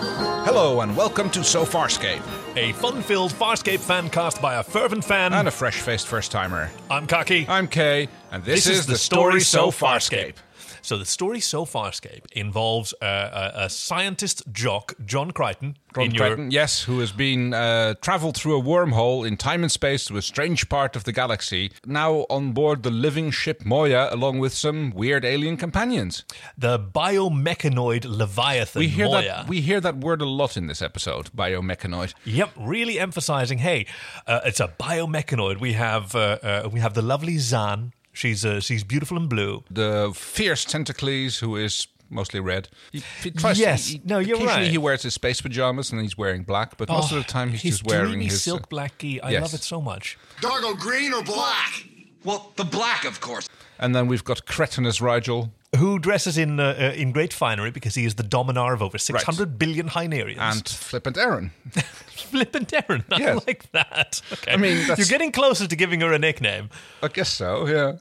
Hello and welcome to So Farscape. A fun-filled Farscape fan cast by a fervent fan. And a fresh faced first timer. I'm Kaki. I'm Kay, and this, is, the story So Farscape. So the story so Farscape involves uh, a, a scientist jock, John Crichton. Ron in your- Crichton, yes, who has been uh, traveled through a wormhole in time and space to a strange part of the galaxy, now on board the living ship Moya along with some weird alien companions. the biomechanoid Leviathan We hear Moya. that we hear that word a lot in this episode, biomechanoid. Yep, really emphasizing. Hey, uh, it's a biomechanoid. We have uh, uh, we have the lovely Zan. She's uh, she's beautiful and blue. The fierce Tentacles who is mostly red. He, he tries Yes, he- no, you're occasionally right. he wears his space pajamas and he's wearing black, but most of the time Oh, he's his just wearing dreamy his uh, silk black gi. I yes. love it so much. Dargo green or black? Well, the black, of course. And then we've got cretinous Rigel Who dresses in uh, uh, in great finery because he is the dominar of over six hundred billion Hynerians. and flippant Aaron. flippant Aaron. I Yes. like that. Okay. I mean, that's- you're getting closer to giving her a nickname. I guess so. Yeah.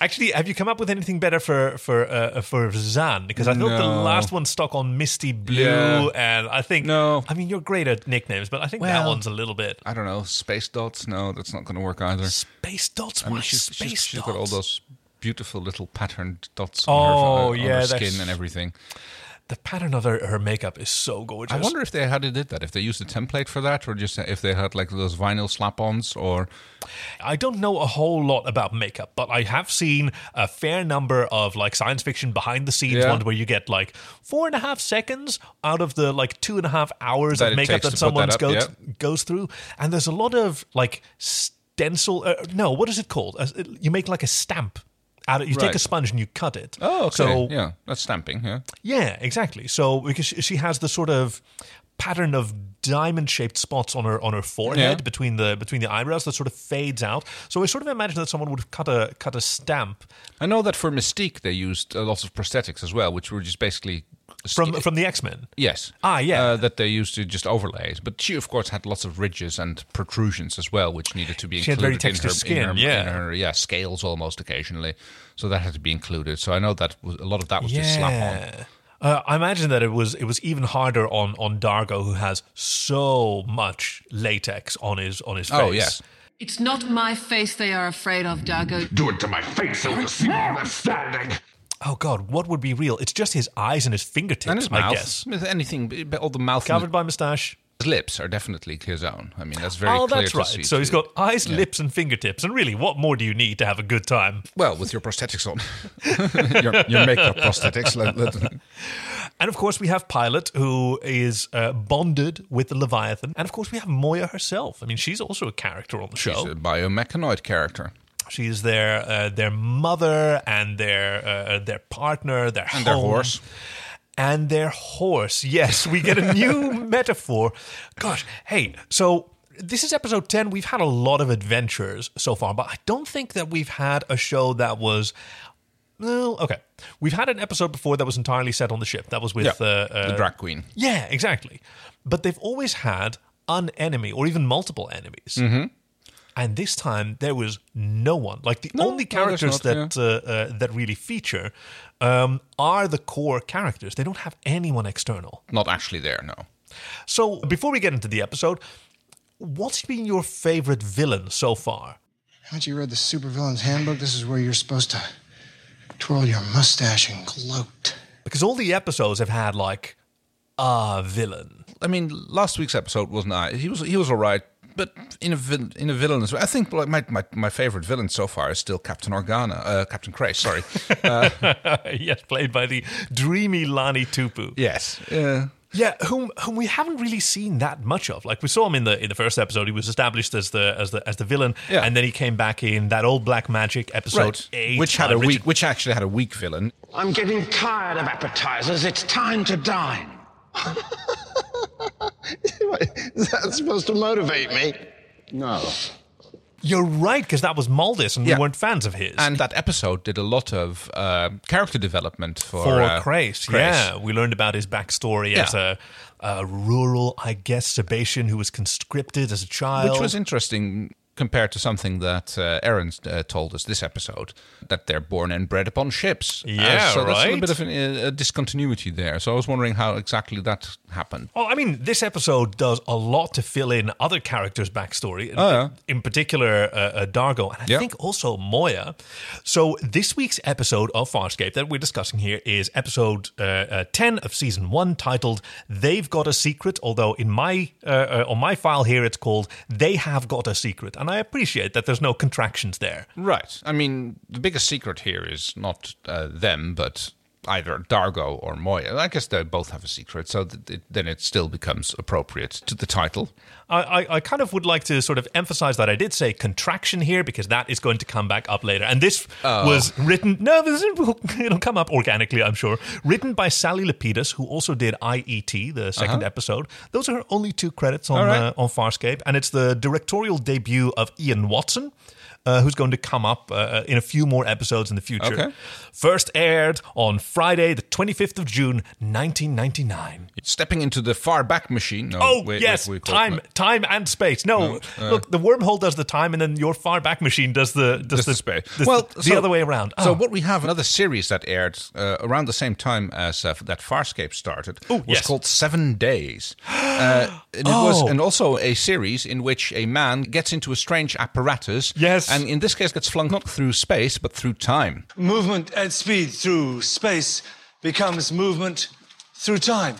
Actually, have you come up with anything better for for uh, for Zan? Because I thought the No. last one stuck on Misty Blue, Yeah. and I think No. I mean, you're great at nicknames, but I think that Well- one's a little bit I don't know. Space dots? No, that's not going to work either. space dots. Why I mean, she's, space she's, she's dots? got all those beautiful little patterned dots on her, uh, Oh, on yeah, her that's- skin and everything. The pattern of her, her makeup is so gorgeous. I wonder if they how they did that. If they used a template for that, or just if they had like those vinyl slap-ons, or I don't know a whole lot about makeup, but I have seen a fair number of like science fiction behind the scenes Yeah. ones where you get like four and a half seconds out of the like two and a half hours That of it makeup takes that to put someone that up, goes yeah. goes through, and there's a lot of like stencil. Uh, no, what is it called? Uh, you make like a stamp. Out of, you take Right. a sponge and you cut it. oh, okay, So yeah, that's stamping, yeah. yeah, exactly. So because she she has the sort of pattern of diamond-shaped spots on her on her forehead Yeah. between the between the eyebrows that sort of fades out. So I sort of imagine that someone would have cut a cut a stamp I know that for Mystique they used a lot of prosthetics as well, which were just basically from from the X Men. Yes. Ah, yeah. Uh, that they used to just overlays, but she of course had lots of ridges and protrusions as well, which needed to be She had included very in her, textured in her, skin, yeah. in her, yeah, scales almost occasionally. So that had to be included. So I know that was, a lot of that was just slap on. Uh, I imagine that it was it was even harder on on Dargo, who has so much latex on his on his face. Oh, yes. It's not my face they are afraid of, Dargo. Do it to my face, so you'll see I'm left standing. Oh God, what would be real? It's just his eyes and his fingertips, And his I mouth, guess. With anything, but all the mouth, and Covered by moustache. his lips are definitely his own. I mean, that's very oh, clear that's to right. see so he's too. got eyes, lips, and fingertips. And really, what more do you need to have a good time? well with your prosthetics on, your, your makeup prosthetics. let- let- And of course, we have Pilot, who is uh, bonded with the Leviathan. And of course, we have Moya herself. I mean, she's also a character on the She's show. a biomechanoid character. She is their uh, their mother and their uh, their partner, their And their home, horse. and their horse. Yes, we get a new metaphor. Gosh, hey, so. This is episode 10. We've had a lot of adventures so far, but I don't think that we've had a show that was. Well, okay. We've had an episode before that was entirely set on the ship. That was with. Yeah, uh, uh, the drag queen. yeah, exactly. But they've always had an enemy or even multiple enemies. And this time there was no one. Like the No, only no, there's not, characters that uh, uh, that really feature um, are the core characters. They don't have anyone external. Not actually there, no. So before we get into the episode, what's been your favorite villain so far? Haven't you read the Supervillain's Handbook? This is where you're supposed to twirl your mustache and gloat. Because all the episodes have had like a villain. I mean, last week's episode wasn't I. He was he was all right, but in a vil- in a villainous way. I think like, my, my my favorite villain so far is still Captain Organa, uh, Captain Cray. Sorry. yes, played by the dreamy Lani Tupu. yes. Yeah. Yeah, whom whom we haven't really seen that much of. Like we saw him in the in the first episode. He was established as the as the as the villain, Yeah. and then he came back in that old black magic episode Right. eight, Which had uh, a Richard- weak, which actually had a weak villain. I'm getting tired of appetizers. It's time to dine. That's supposed to motivate me. You're right, because that was Maldis, and Yeah. we weren't fans of his. And that episode did a lot of uh, character development for for uh, Crace, Crace. yeah, we learned about his backstory Yeah. as a, a rural, I guess, Sabatian who was conscripted as a child. which was interesting. compared to something that uh, Aaron uh, told us this episode that they're born and bred upon ships. Uh, Yeah, so that's a little right. bit of an, uh, a discontinuity there. So I was wondering how exactly that happened. Well, Oh, I mean, this episode does a lot to fill in other characters' backstory. Oh, yeah. In particular, uh, uh, Dargo, and I Yeah. think also Moya. So, this week's episode of Farscape that we're discussing here is episode uh, uh, ten of season one, titled "They've Got a Secret." Although in my uh, uh, on my file here, it's called "They Have Got a Secret," and I appreciate that there's no contractions there. Right. I mean, the biggest secret here is not uh, them, but either Dargo or Moya. I guess they both have a secret, so th- it, then it still becomes appropriate to the title. I, I, I kind of would like to sort of emphasize that I did say contraction here because that is going to come back up later. And this was written, no, this is, it'll come up organically, I'm sure. Written by Sally Lapidus, who also did IET, the 2nd episode. Those are her only two credits on, All right. uh, on Farscape. And it's the directorial debut of Ian Watson. Uh, who's going to come up uh, in a few more episodes in the future? Okay. First aired on Friday, the 25th of June, 1999. Stepping into the far back machine. No, Oh wait, wait, yes, we call it- uh, time, time and space. No, look, the wormhole does the time, and then your far back machine does the Just does, the the space. does well, the, so- other way around. So Oh. what we have another series that aired uh, around the same time as uh, that Farscape started was yes. called Seven Days, uh, and it was and also a series in which a man gets into a strange apparatus. Yes. and in this case gets flung not through space but through time. Movement at speed through space becomes movement through time.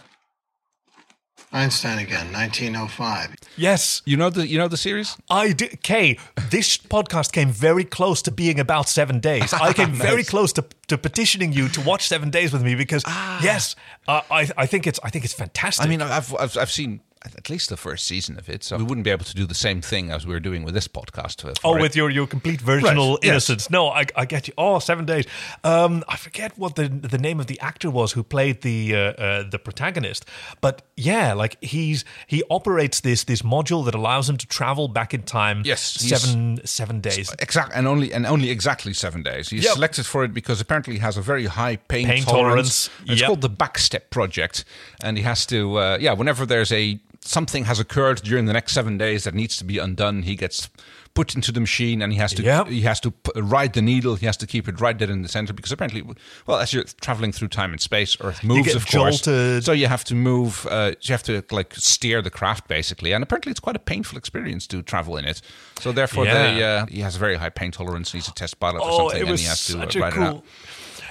Einstein again, 1905. yes, You know the you know the series. I do. Kay, this podcast came very close to being about seven days. I came very close to, to petitioning you to watch Seven Days with me because Ah. yes, uh, I I think it's I think it's fantastic. I mean, I've, I've I've seen at least the first season of it, so we wouldn't be able to do the same thing as we're doing with this podcast. uh, Oh, for it. with your, your complete virginal Right, yes. innocence. No, I, I get you. Oh, seven days. Um, I forget what the the name of the actor was who played the uh, uh, the protagonist, but yeah, like he's he operates this this module that allows him to travel back in time. Yes, seven seven days. Exactly, and only and only exactly seven days. He's Yep. selected for it because apparently he has a very high pain, Pain tolerance, tolerance. It's yep. called the Backstep Project, and he has to uh, yeah. Whenever there's a something has occurred during the next seven days that needs to be undone, he gets put into the machine and he has to Yep. he has to p- ride the needle. He has to keep it right dead in the center because apparently, well, as you're traveling through time and space, Earth moves get of course. jolted. So you have to move. Uh, you have to like steer the craft basically, and apparently it's quite a painful experience to travel in it. So therefore, Yeah. they. Uh, he has a very high pain tolerance. He's a test pilot or Oh, something, it and was he has to uh, such a write it out. cool.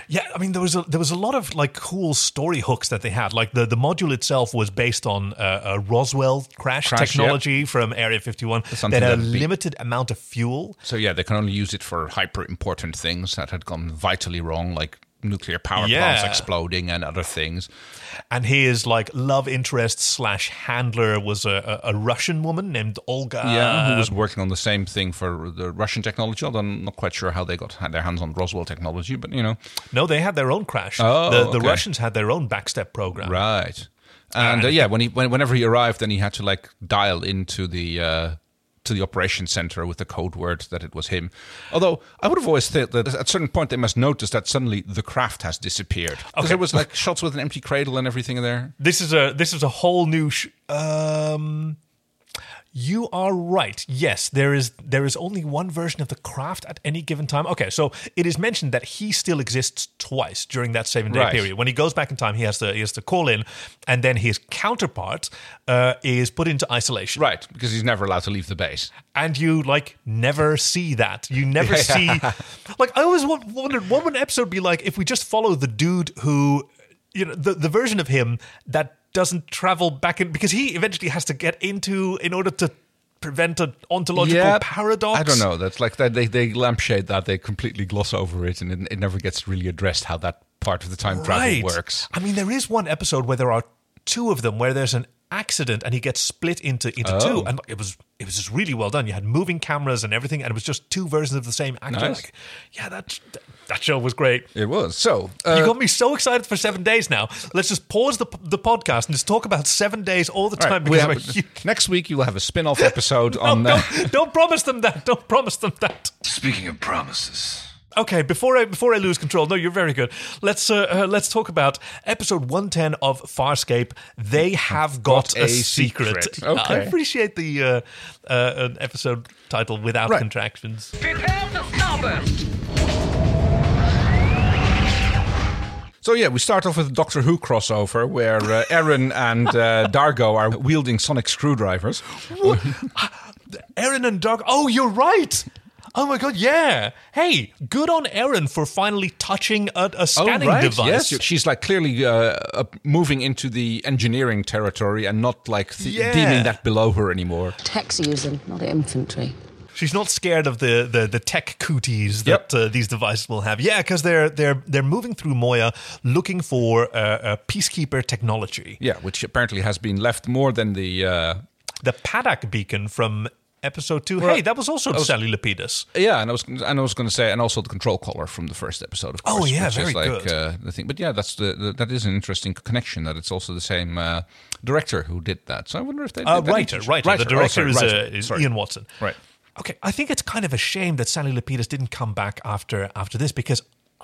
Yeah, I mean there was a, there was a lot of like cool story hooks that they had. Like the, the module itself was based on uh, a Roswell crash, Crash, yeah. technology from Area 51. Something They had a that'd be- limited amount of fuel, So yeah, they can only use it for hyper important things that had gone vitally wrong, like nuclear power plants Yeah. exploding and other things. and his like love interest slash handler was a, a, a Russian woman named Olga. who was working on the same thing for the Russian technology? Although I'm not quite sure how they got had their hands on Roswell technology, but you know, No, they had their own crash. Oh, the, the okay. Russians had their own backstep program. right. And uh, yeah, when he when, whenever he arrived, then he had to like dial into the. Uh, to the operation center with the code word that it was him. Although I would have always thought that at a certain point they must notice that suddenly the craft has disappeared. Because Okay. there was like shots with an empty cradle and everything there. This is a this is a whole new. Sh- um, you are right. Yes, there is there is only one version of the craft at any given time. Okay, so it is mentioned that he still exists twice during that seven day Right. period. When he goes back in time, he has to he has to call in, and then his counterpart uh, is put into isolation. Right, because he's never allowed to leave the base. and you like never see that. You never see like I always wa- wondered what would an episode be like if we just follow the dude who you know the the version of him that doesn't travel back in because he eventually has to get into in order to prevent an ontological paradox. I don't know. That's like they, they they lampshade that. They completely gloss over it, and it, it never gets really addressed how that part of the time Right. travel works. I mean, there is one episode where there are two of them where there's an accident and he gets split into into Oh. two, and it was it was just really well done. You had moving cameras and everything, and it was just two versions of the same actor. Nice. Like, yeah, that that show was great. It was so. You Uh, got me so excited for seven days now. Let's just pause the, the podcast and just talk about seven days all the all time right, we because I'm a have- huge. next week you will have a spin-off episode No, on. Uh, don't, don't promise them that. Don't promise them that. Speaking of promises, Okay, before I before I lose control, no, you're very good. Let's uh, uh, let's talk about episode 110 of Farscape. They have got, a, a secret. secret. Okay. I appreciate the uh, uh, an episode title without contractions. Prepare for starburst. So yeah, we start off with a Doctor Who crossover where uh, Aaron and uh, Dargo are wielding sonic screwdrivers. Aaron and Doug. Oh, you're right. Oh my god, yeah. Hey, good on Aaron for finally touching a, a scanning device. Oh, Yes, she's like clearly uh, uh, moving into the engineering territory and not like th- Yeah. deeming that below her anymore. Techs use them, not the infantry. She's not scared of the the, the tech cooties Yep. that uh, these devices will have. Yeah, because they're they're they're moving through Moya looking for uh, uh, peacekeeper technology. Yeah, which apparently has been left more than the. Uh, The Paddock beacon from episode two. hey, that was also Sally Lapidus. yeah, and I was and I was going to say, and also the control collar from the first episode, of Oh, course. yeah, which very is like, good. Uh, the thing, but yeah, that's the, the that is an interesting connection. That it's also the same uh, director who did that. So I wonder if they Uh, did that writer, in- writer, The oh, sorry, director is, writer. uh, is Sorry. Ian Watson. Right. Okay, I think it's kind of a shame that Sally Lapidus didn't come back after after this because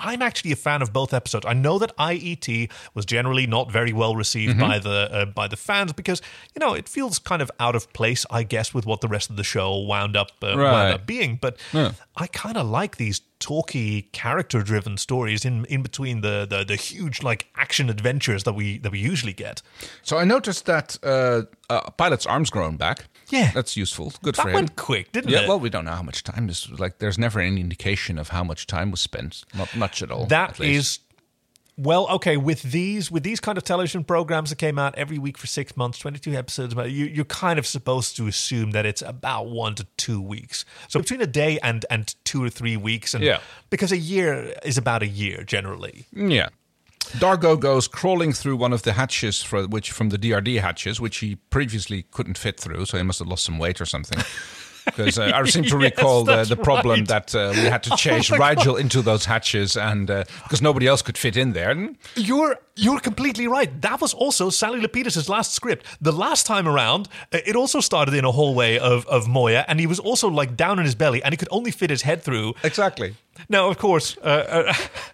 I'm actually a fan of both episodes. I know that IET was generally not very well received Mm-hmm. by the uh, by the fans because you know it feels kind of out of place, I guess, with what the rest of the show wound up uh, wound Right. up being. But Yeah. I kind of like these talky, character-driven stories in in between the, the the huge like action adventures that we that we usually get. So I noticed that uh, uh, Pilot's arm's grown back. Yeah. that's useful. Good That for him. went quick, didn't yeah, it? well, we don't know how much time. This like, there's never any indication of how much time was spent. Not much at all. That at least. is well, okay, with these with these kind of television programs that came out every week for six months, twenty two episodes, but you, you're kind of supposed to assume that it's about one to two weeks. So between a day and and two or three weeks, and Yeah. because a year is about a year generally. yeah. Dargo goes crawling through one of the hatches for which from the DRD hatches, which he previously couldn't fit through, so he must have lost some weight or something. Because uh, I seem to Yes, recall the, that's the problem right. Oh that uh, we had to chase Rigel into those hatches, and because nobody else could fit in there. And You're you're completely right. That was also Sally Lapidus' last script. The last time around, uh, it also started in a hallway of, of Moya, and he was also like down in his belly, and he could only fit his head through. exactly, Now, of course, uh, uh,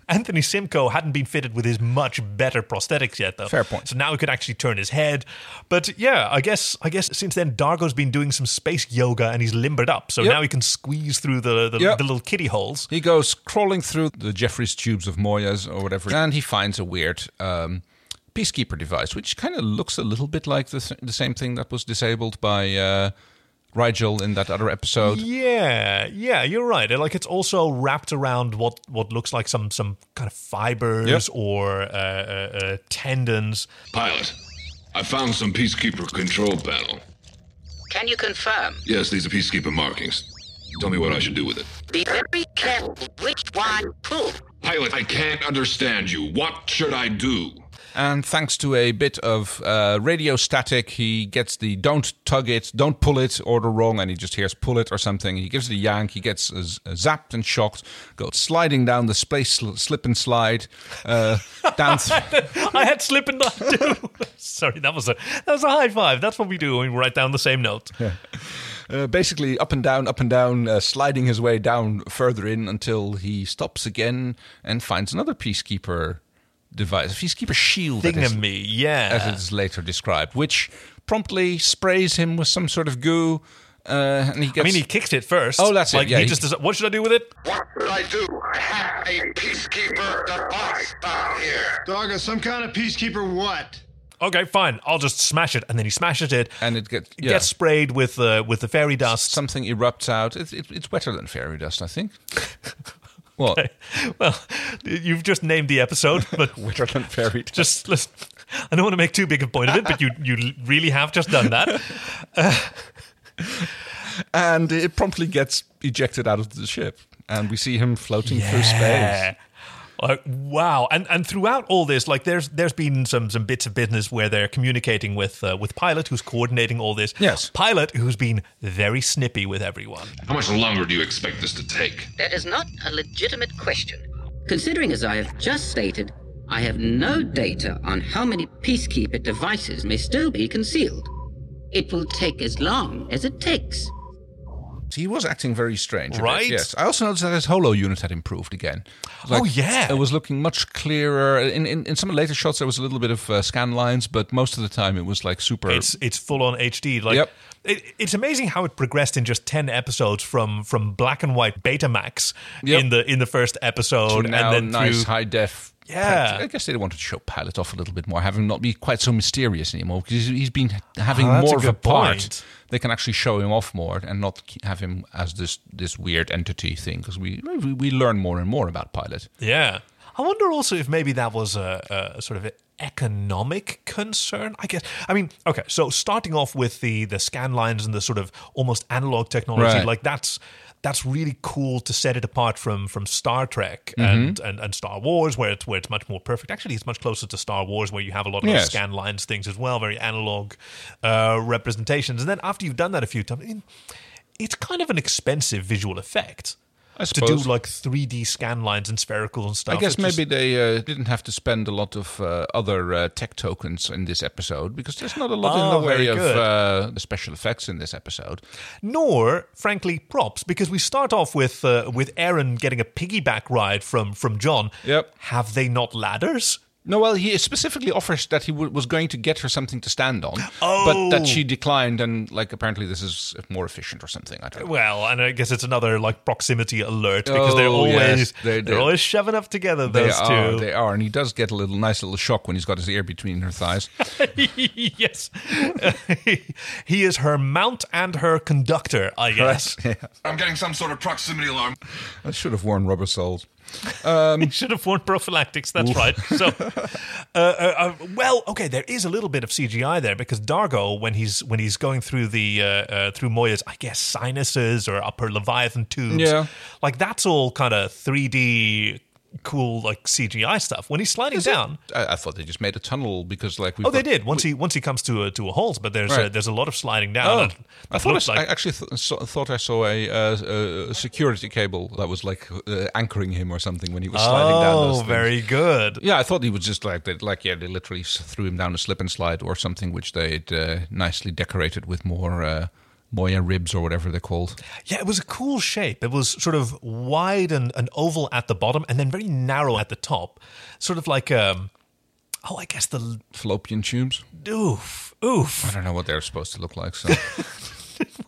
Anthony Simcoe hadn't been fitted with his much better prosthetics yet, though. Fair point. So now he could actually turn his head. But yeah, I guess I guess since then Dargo's been doing some space yoga and he's limbered up, so Yep. now he can squeeze through the the, Yep. the little kitty holes. he goes crawling through the Jeffries tubes of Moyas or whatever, and he finds a weird um, peacekeeper device, which kind of looks a little bit like the, th- the same thing that was disabled by uh, Rigel in that other episode. Yeah, yeah, you're right. Like it's also wrapped around what what looks like some some kind of fibers Yep. or uh, uh, uh, tendons. Pilot, I found some Peacekeeper control panel. Can you confirm? Yes, these are Peacekeeper markings. Tell me what I should do with it. Be very careful which one pull. Pilot, I can't understand you. What should I do? And thanks to a bit of uh, radio static, he gets the don't tug it, don't pull it order wrong, and he just hears pull it or something. He gives it a yank, he gets uh, z- zapped and shocked, goes sliding down the space sl- slip and slide, uh, down th- I had slip and not do. Sorry, that was a that was a high five. That's what we do when we write down the same note. uh, basically up and down, up and down, uh, sliding his way down further in until he stops again and finds another peacekeeper device, a peacekeeper shield. that is- Thingamy, yeah. as it is later described, which promptly sprays him with some sort of goo, uh, and he I gets. mean, he kicked it first. Oh, that's it, like, yeah, he he- just does, what should I do with it? What should I do? I have a peacekeeper device down here. Dargo, some kind of peacekeeper what? Okay, fine. I'll just smash it, and then he smashes it. and it gets It yeah, Gets sprayed with uh, with the fairy dust. something erupts out. It, it, it's wetter than fairy dust, I think. What? well, you've just named the episode, but Wetter than fairy dust. just let's, I don't want to make too big a point of it, but you you really have just done that. And it promptly gets ejected out of the ship, and we see him floating through Yeah. space. Like, Uh, wow, and and throughout all this, like there's there's been some some bits of business where they're communicating with uh, with Pilot, who's coordinating all this. Yes. Pilot, who's been very snippy with everyone. How much longer do you expect this to take? That is not a legitimate question. Considering, as I have just stated, I have no data on how many peacekeeper devices may still be concealed. It will take as long as it takes. He was acting very strange. a bit, Right? yes. I also noticed that his holo unit had improved again. Oh, yeah. It was looking much clearer. In, in, in some of the later shots, there was a little bit of uh, scan lines, but most of the time it was like super. It's it's full on HD. Like Yep. it, it's amazing how it progressed in just ten episodes from from black and white Betamax Yep. in the in the first episode, now and then nice through high def. Yeah. print. I guess they wanted to show Pilot off a little bit more, have him not be quite so mysterious anymore because he's- he's been having Oh, that's more a of Ah, a good part. point. They can actually show him off more and not ke- have him as this this weird entity thing because we, we we learn more and more about Pilot. Yeah. I wonder also if maybe that was a, a sort of economic concern. I guess. I mean, okay. So starting off with the the scan lines and the sort of almost analog technology, Right. like that's that's really cool to set it apart from from Star Trek Mm-hmm. and, and and Star Wars, where it's where it's much more perfect. Actually, it's much closer to Star Wars, where you have a lot of those Yes. scan lines things as well, very analog uh, representations. And then after you've done that a few times. I mean, it's kind of an expensive visual effect I to suppose. do like 3D scan lines and spherical and stuff. I guess It's just- maybe they uh, didn't have to spend a lot of uh, other uh, tech tokens in this episode because there's not a lot Oh, in the way very of good. uh, the special effects in this episode. nor frankly props because we start off with uh, with Aaron getting a piggyback ride from from John. Yep. Have they not ladders? No, well, he specifically offers that he w- was going to get her something to stand on, but Oh. that she declined, and like apparently this is more efficient or something. I don't know. Well, and I guess it's another like proximity alert because they're Oh, always yes, they're, they do. always shoving up together They those are, two. they are, and he does get a little nice little shock when he's got his ear between her thighs. yes, he is her mount and her conductor. I guess I'm getting some sort of proximity alarm. I should have worn rubber soles. should have worn prophylactics. That's right. So, uh, uh, uh, well, okay, there is a little bit of CGI there because Dargo, when he's when he's going through the uh, uh, through Moya's, I guess sinuses or upper leviathan tubes, Yeah. like that's all kind of three D cool like CGI stuff. When he's sliding down. I, I thought they just made a tunnel because, like, we Oh, they did. Once he once he comes to a, to a halt, but there's a, Right. there's a lot of sliding down. Oh, and I that thought I, looks s- I actually th- saw, thought I saw a, uh, a security cable that was like uh, anchoring him or something when he was sliding down. oh, those things. very good. Yeah, I thought he was just like that. Like, yeah, they literally s- threw him down a slip and slide or something, which they'd uh, nicely decorated with more uh, Moya ribs or whatever they're called. Yeah, it was a cool shape. It was sort of wide and, and oval at the bottom, and then very narrow at the top. Sort of like um, oh, I guess the Fallopian tubes. oof, I oof. don't know what they're supposed to look like. So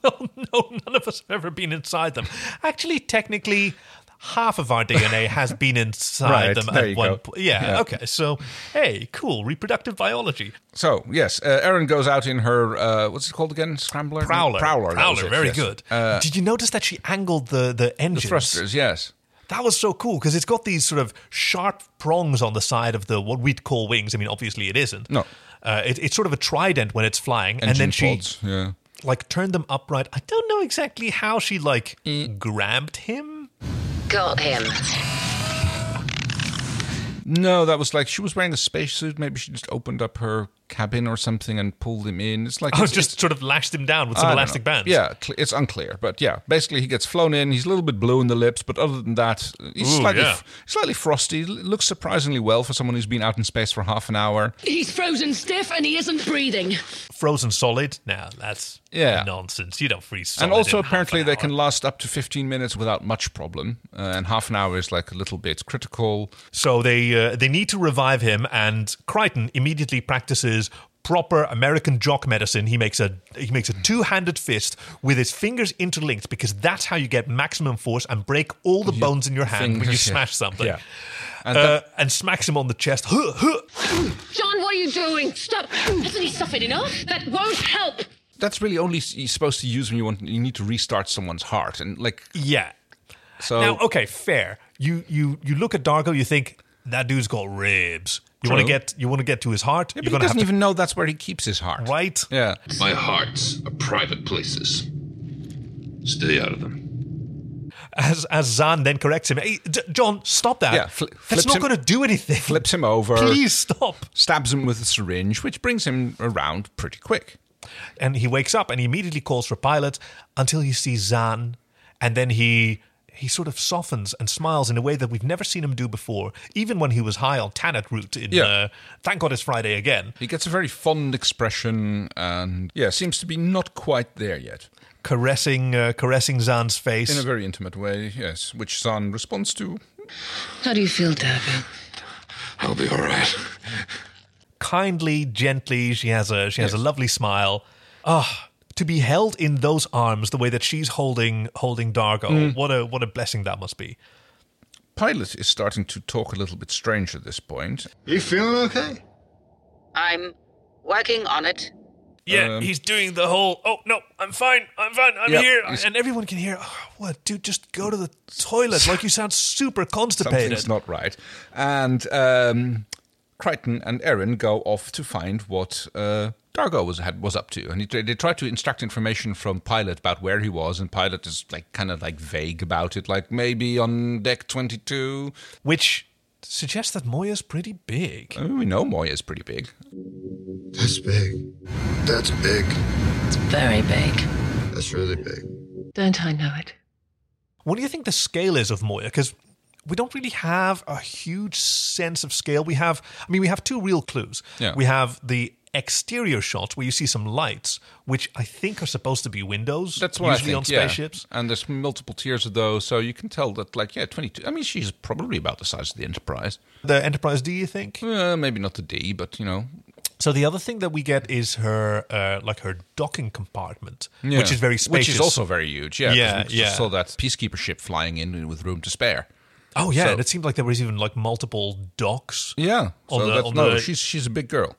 Well, no, none of us have ever been inside them. Actually, technically, half of our DNA has been inside Right, them there at you one go. point. Yeah, Yeah. okay. So, hey, cool reproductive biology. So yes, uh, Erin goes out in her uh, what's it called again? Scrambler, Prowler, prowler, that was it, very yes. Uh, good. Did you notice that she angled the the engines? Thrusters, yes. That was so cool because it's got these sort of sharp prongs on the side of the what we'd call wings. I mean, obviously it isn't. No. Uh, it, it's sort of a trident when it's flying, and Engine then she pods, yeah. like turned them upright. I don't know exactly how she like E grabbed him. Got him. No, that was like she was wearing a spacesuit. Maybe she just opened up her cabin or something and pulled him in. It's like I it's- was Oh, just sort of lashed him down with some I don't elastic know. bands. Yeah, cl- it's unclear, but yeah, basically he gets flown in. He's a little bit blue in the lips, but other than that, he's Ooh, slightly yeah. f- slightly frosty. L- Looks surprisingly well for someone who's been out in space for half an hour. He's frozen stiff and he isn't breathing. Frozen solid. Now that's Yeah. nonsense. You don't freeze. Solid and also in half apparently an they hour. can last up to 15 minutes without much problem, uh, and half an hour is like a little bit critical. So they uh, they need to revive him, and Crichton immediately practices proper American jock medicine. He makes a he makes a two handed fist with his fingers interlinked because that's how you get maximum force and break all the bones in your hand when you fingers, yeah. smash something. Yeah. And And, uh, that- and smacks him on the chest. Huh, huh. John, what are you doing? Stop. Hasn't he suffered enough? That won't help. That's really only s- you're supposed to use when you want you need to restart someone's heart, and like Yeah. so. Now, okay, fair. You you you look at Dargo, you think that dude's got ribs. You want to True. get you want to get to his heart. Yeah, but You're he gonna have doesn't to even know that's where he keeps his heart. right. Yeah. My hearts are private places. Stay out of them. As as Zan then corrects him. Hey, D- John, stop that. Yeah, fl- That's flips not him- going to do anything. Flips him over. Please stop. stabs him with a syringe, which brings him around pretty quick. And he wakes up and he immediately calls for Pilot until he sees Zan, and then he he sort of softens and smiles in a way that we've never seen him do before, even when he was high on Tanit root in Yeah. uh, Thank God It's Friday Again. He gets a very fond expression and, yeah, seems to be not quite there yet. Caressing uh, caressing Zan's In a face. very intimate way, yes, which San responds to. How do you feel, Dago? I'll be all right. Kindly, gently, she has a she has a lovely smile. Ah, to be held in those arms the way that she's holding holding Dargo. Mm. What a what a blessing that must be. Pilot is starting to talk a little bit strange at this point. You feeling okay? I'm working on it. Um, Yeah, he's doing the whole. Oh no, I'm fine. I'm fine. I'm Yeah, here, he's- and everyone can hear. "Oh, what, dude? Just go to the toilet. Like you sound super Something's constipated. not right. And um, Crichton and Erin go off to find what uh, Dargo was had, was up to, and he, tr- they try to extract information from Pilot about where he was, and Pilot is like kind of like vague about it, like maybe on deck twenty two. Which suggests that Moya's pretty big. I mean, Oh, we know Moya is pretty big. That's big. That's big. It's very big. That's really big. Don't I know it? What do you think the scale is of Moya? Because we don't really have a huge sense of scale. We have, I mean, we have two real clues. Yeah. We have the exterior shot where you see some lights, which I think are supposed to be windows. That's what usually I think, on yeah. spaceships. and there's multiple tiers of those, so you can tell that like yeah, twenty two. I mean, she's probably about the size of the Enterprise. The Enterprise D, you think? Uh, maybe not the D, but you know, So the other thing that we get is her, uh, like her docking compartment, Yeah. which is very spacious. Which is also very huge, yeah. 'cause Yeah, we just yeah. saw that peacekeeper ship flying in with room to spare. oh yeah, so- and it seemed like there was even like multiple docks. Yeah. On so the- that's, on no, the- she's she's a big girl.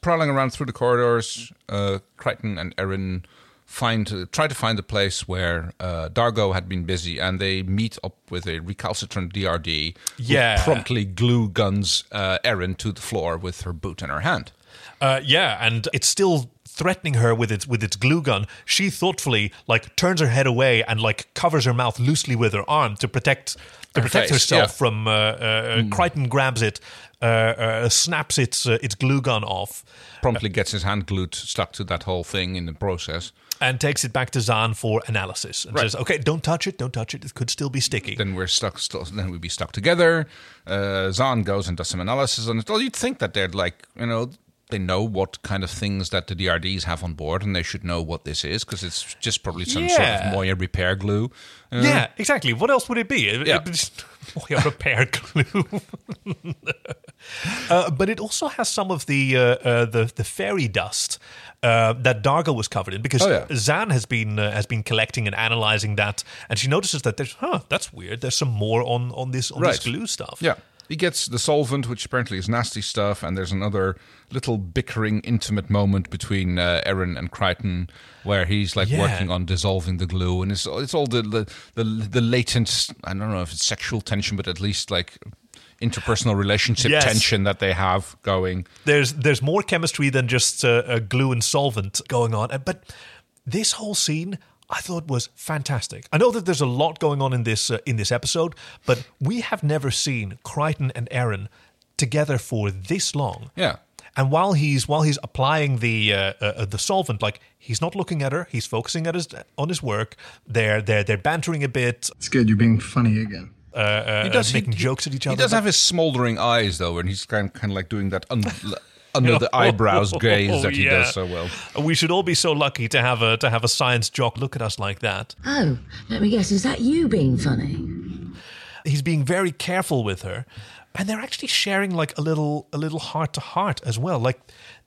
Prowling around through the corridors, uh, Crichton and Erin find try to find the place where uh, Dargo had been busy, and they meet up with a recalcitrant DRD. who Yeah. promptly glue guns uh, Erin to the floor with her boot in her hand. Uh, yeah, and it's still threatening her with its with its glue gun. She thoughtfully like turns her head away and like covers her mouth loosely with her arm to protect to protect face, herself yeah. Hmm. from. Uh, uh, Crichton grabs it, uh, uh, snaps its uh, its glue gun off, Promptly gets his hand glued stuck to that whole thing in the process. and takes it back to Zahn for analysis. And Right. says, "Okay, don't touch it. Don't touch it. It could still be sticky." then we're stuck. Still, then we'd be stuck together. Uh, Zahn goes and does some analysis on it. Well, you'd think that they're like, you know, they know what kind of things that the DRDs have on board, and they should know what this is because it's just probably some sort Yeah. of Moya repair glue. Uh, yeah, exactly. What else would it be? It- Yeah. it'd be just- Oh, yeah, repair glue. uh, but it also has some of the uh, uh, the, the fairy dust uh, that Dargo was covered in because Oh, yeah. Zan has been uh, has been collecting and analyzing that, and she notices that there's huh that's weird. There's some more on on this on this Right. glue stuff. yeah. He gets the solvent, which apparently is nasty stuff, and there's another little bickering, intimate moment between uh, Aaron and Crichton, where he's like Yeah. working on dissolving the glue, and it's it's all the the, the the latent I don't know if it's sexual tension, but at least like interpersonal relationship Yes. tension that they have going. there's there's more chemistry than just uh, a glue and solvent going on. Uh, But this whole scene, I thought was fantastic. I know that there's a lot going on in this uh, in this episode, but we have never seen Crichton and Aaron together for this long. Yeah. And while he's while he's applying the uh, uh, uh, the solvent, like he's not looking at her, he's focusing at his on his work. They're they're they're bantering a bit, It's good. You're being funny again. he uh, making jokes at each He other. does have his smoldering eyes though, and he's kind kind of like doing that un, under the eyebrows gaze that he Oh. Yeah. does so well. We should all be so lucky to have a to have a science jock look at us like that. Oh, let me guess, is that you being funny? he's being very careful with her and they're actually sharing like a little a little heart to heart as well like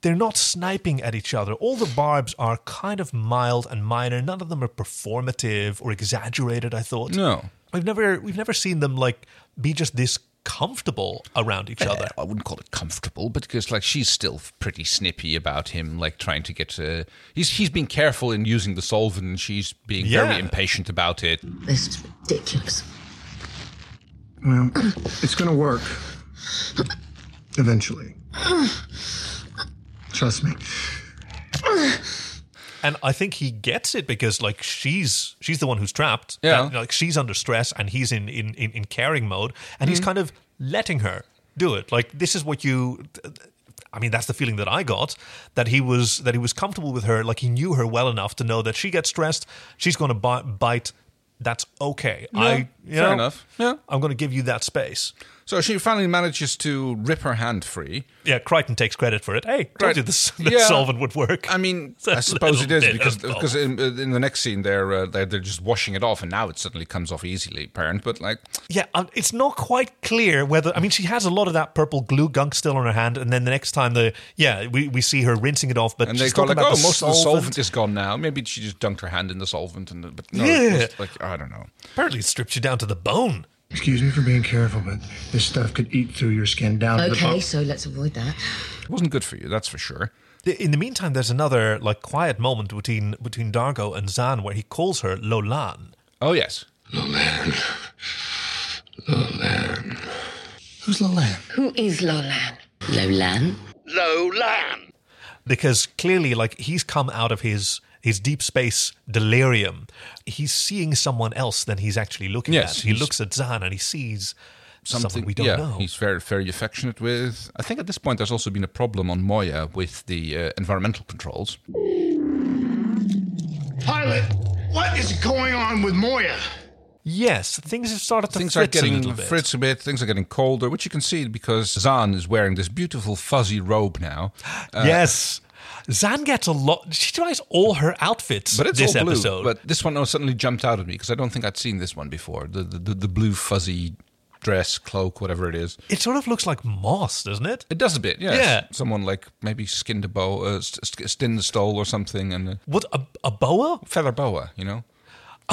they're not sniping at each other all the barbs are kind of mild and minor none of them are performative or exaggerated i thought No. we've never we've never seen them like be just this comfortable around each other I wouldn't call it comfortable, but because like she's still pretty snippy about him, like trying to get. Uh, he's he's been careful in using the solvent, and she's being Yeah. very impatient about it. This is ridiculous. Well, it's gonna work. Eventually. Trust me. and i think he gets it because like she's she's the one who's trapped Yeah. That- like she's under stress and he's in in in, in caring mode and Mm-hmm. he's kind of letting her do it like this is what you I mean that's the feeling that I got that he was that he was comfortable with her like he knew her well enough to know that she gets stressed she's going to bite That's okay. Yeah, I you fair know, enough. Yeah. I'm going to give you that space. So she finally manages to rip her hand free. Yeah, Crichton takes credit for it. Hey, told you this, this Yeah. solvent would work. I mean, It's a I suppose it little is bit because of both. because in, in the next scene they're, uh, they're they're just washing it off, and now it suddenly comes off easily, apparent. But like, Yeah, um, it's not quite clear whether. I mean, she has a lot of that purple glue gunk still on her hand, and then the next time the yeah, we, we see her rinsing it off, but and they she's go talking like, about "Oh, the most of the solvent. solvent is gone now. Maybe she just dunked her hand in the solvent." And uh, but no, Yeah. it's like I don't know. Apparently, it strips you down to the bone. Excuse me for being careful, but this stuff could eat through your skin down to the Okay, bone. so let's avoid that. It wasn't good for you, that's for sure. The- In the meantime, there's another like quiet moment between between Dargo and Zan where he calls her Lolan. Oh yes, Who's Lolan? Who is Lolan? Lolan? Lolan. because clearly like he's come out of his his deep space delirium he's seeing someone else than he's actually looking Yes, at he he's- looks at zan and he sees something, something we don't yeah, know he's very very affectionate with. I think at this point there's also been a problem on Moya with the uh, environmental controls. Pilot, what is going on with Moya? yes things have started to things are fritz getting a little bit fritz a bit. Things are getting colder, which you can see because Zan is wearing this beautiful fuzzy robe now. yes zan gets a lot she tries all her outfits But it's this all blue. episode But this one oh, suddenly jumped out at me because I don't think I'd seen this one before. The the, the the blue fuzzy dress, cloak, whatever it is. it sort of looks like moss doesn't it It does a bit, yes. Yeah. Someone like maybe skinned a bow, uh, st- st- skinned the stole or something, and a what a, a boa feather boa. You know,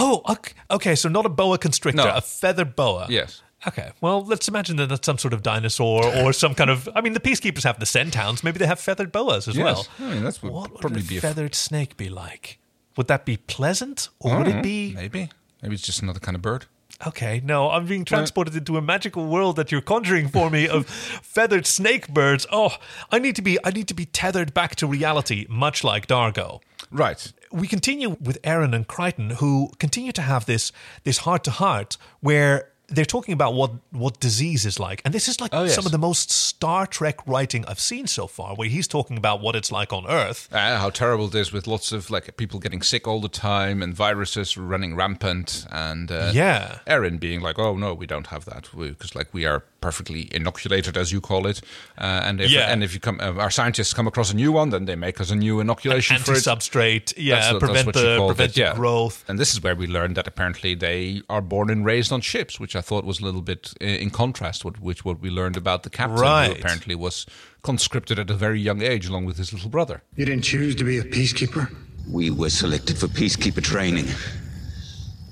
oh ok- okay so not a boa constrictor No. a feather boa yes. Okay, well, let's imagine that that's some sort of dinosaur or some kind of. I mean, the peacekeepers have the centowns. Maybe they have feathered boas as Yes. well. I mean, that's what what would probably a be a f- feathered snake be like? Would that be pleasant, or would it be? Maybe, maybe it's just another kind of bird. Okay, no, I'm being transported into a magical world that you're conjuring for me of feathered snake birds. Oh, I need to be. I need to be tethered back to reality, much like Dargo. Right. we continue with Aaron and Crichton, who continue to have this this heart to heart where they're talking about what what disease is like, and this is like Oh, yes. some of the most Star Trek writing I've seen so far, where he's talking about what it's like on Earth. Uh, how terrible it is with lots of like people getting sick all the time and viruses running rampant and uh, Yeah. Erin being like, "Oh no, we don't have that because like we are perfectly inoculated, as you call it, uh, and if Yeah. and if you come, uh, our scientists come across a new one, then they make us a new inoculation for it." Anti-substrate, That's yeah, what- that's prevent what you the called prevent it, the yeah. growth. And this is where we learned that apparently they are born and raised on ships, which I thought was a little bit uh, in contrast with which what we learned about the captain, Right. who apparently was conscripted at a very young age along with his little brother. You didn't choose to be a peacekeeper? We were selected for peacekeeper training.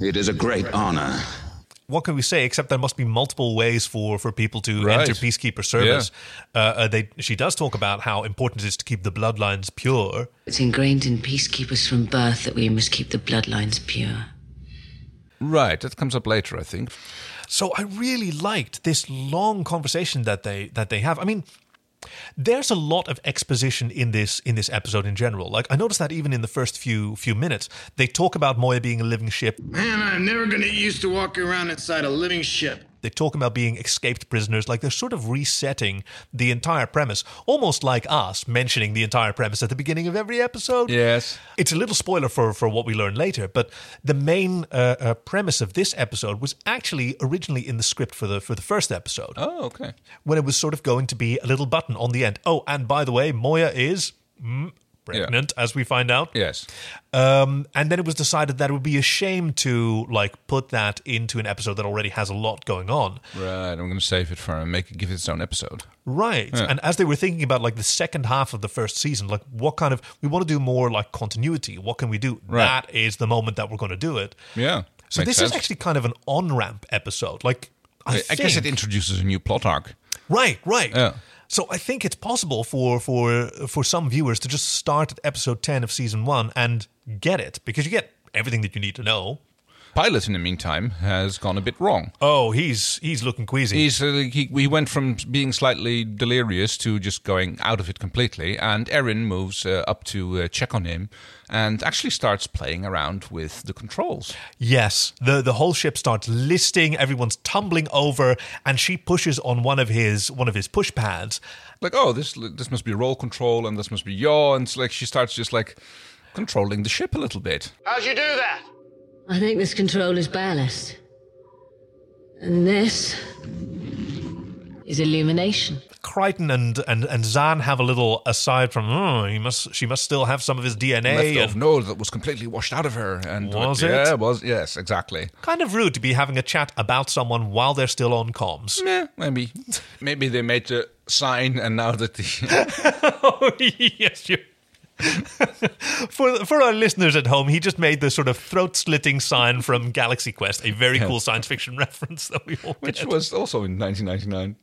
It is a great honor. What can we say except there must be multiple ways for for people to Right. enter peacekeeper service. Uh, uh, they she does talk about how important it is to keep the bloodlines pure. It's ingrained in peacekeepers from birth that we must keep the bloodlines pure. Right, that comes up later, I think. So I really liked this long conversation that they that they have. I mean, there's a lot of exposition in this in this episode in general. Like I noticed that even in the first few few minutes, they talk about Moya being a living ship. Man, I'm never gonna get used to walking around inside a living ship. They talk about being escaped prisoners. Like they're sort of resetting the entire premise, almost like us mentioning the entire premise at the beginning of every episode. Yes. It's a little spoiler for, for what we learn later, but the main uh, uh, premise of this episode was actually originally in the script for the for the first episode. Oh, okay. when it was sort of going to be a little button on the end. Oh, and by the way, Moya is mm, pregnant, as we find out. Yes. Um, and then it was decided that it would be a shame to like put that into an episode that already has a lot going on. Right. I'm going to save it for and make it give it its own episode. Right. And as they were thinking about like the second half of the first season, like what kind of we want to do more like continuity. What can we do? Right. That is the moment that we're going to do it. Yeah. So makes this sense. is actually kind of an on-ramp episode. Like I, I, I guess it think- introduces a new plot arc. Right, right. Yeah. So I think it's possible for for for some viewers to just start at episode 10 of season 1 and get it because you get everything that you need to know. Pilot, in the meantime, has gone a bit wrong. Oh, he's he's looking queasy. He's, uh, he, he went from being slightly delirious to just going out of it completely. And Erin moves uh, up to uh, check on him and actually starts playing around with the controls. yes. The the whole ship starts listing, everyone's tumbling over and she pushes on one of his one of his push pads. Like, oh, this this must be roll control and this must be yaw. And it's like she starts just like controlling the ship a little bit. How'd you do that? I think this control is ballast. And this is illumination. Crichton and, and, and Zahn have a little aside from, oh, he must, she must still have some of his DNA. Left and of Noel that was completely washed out of her, and Was Yeah, it? was yes, exactly. kind of rude to be having a chat about someone while they're still on comms. Yeah, maybe, maybe they made the sign, and now that the yes, you. for for our listeners at home, he just made the sort of throat slitting sign from Galaxy Quest, a very cool science fiction reference that we all which get. was also in 1999.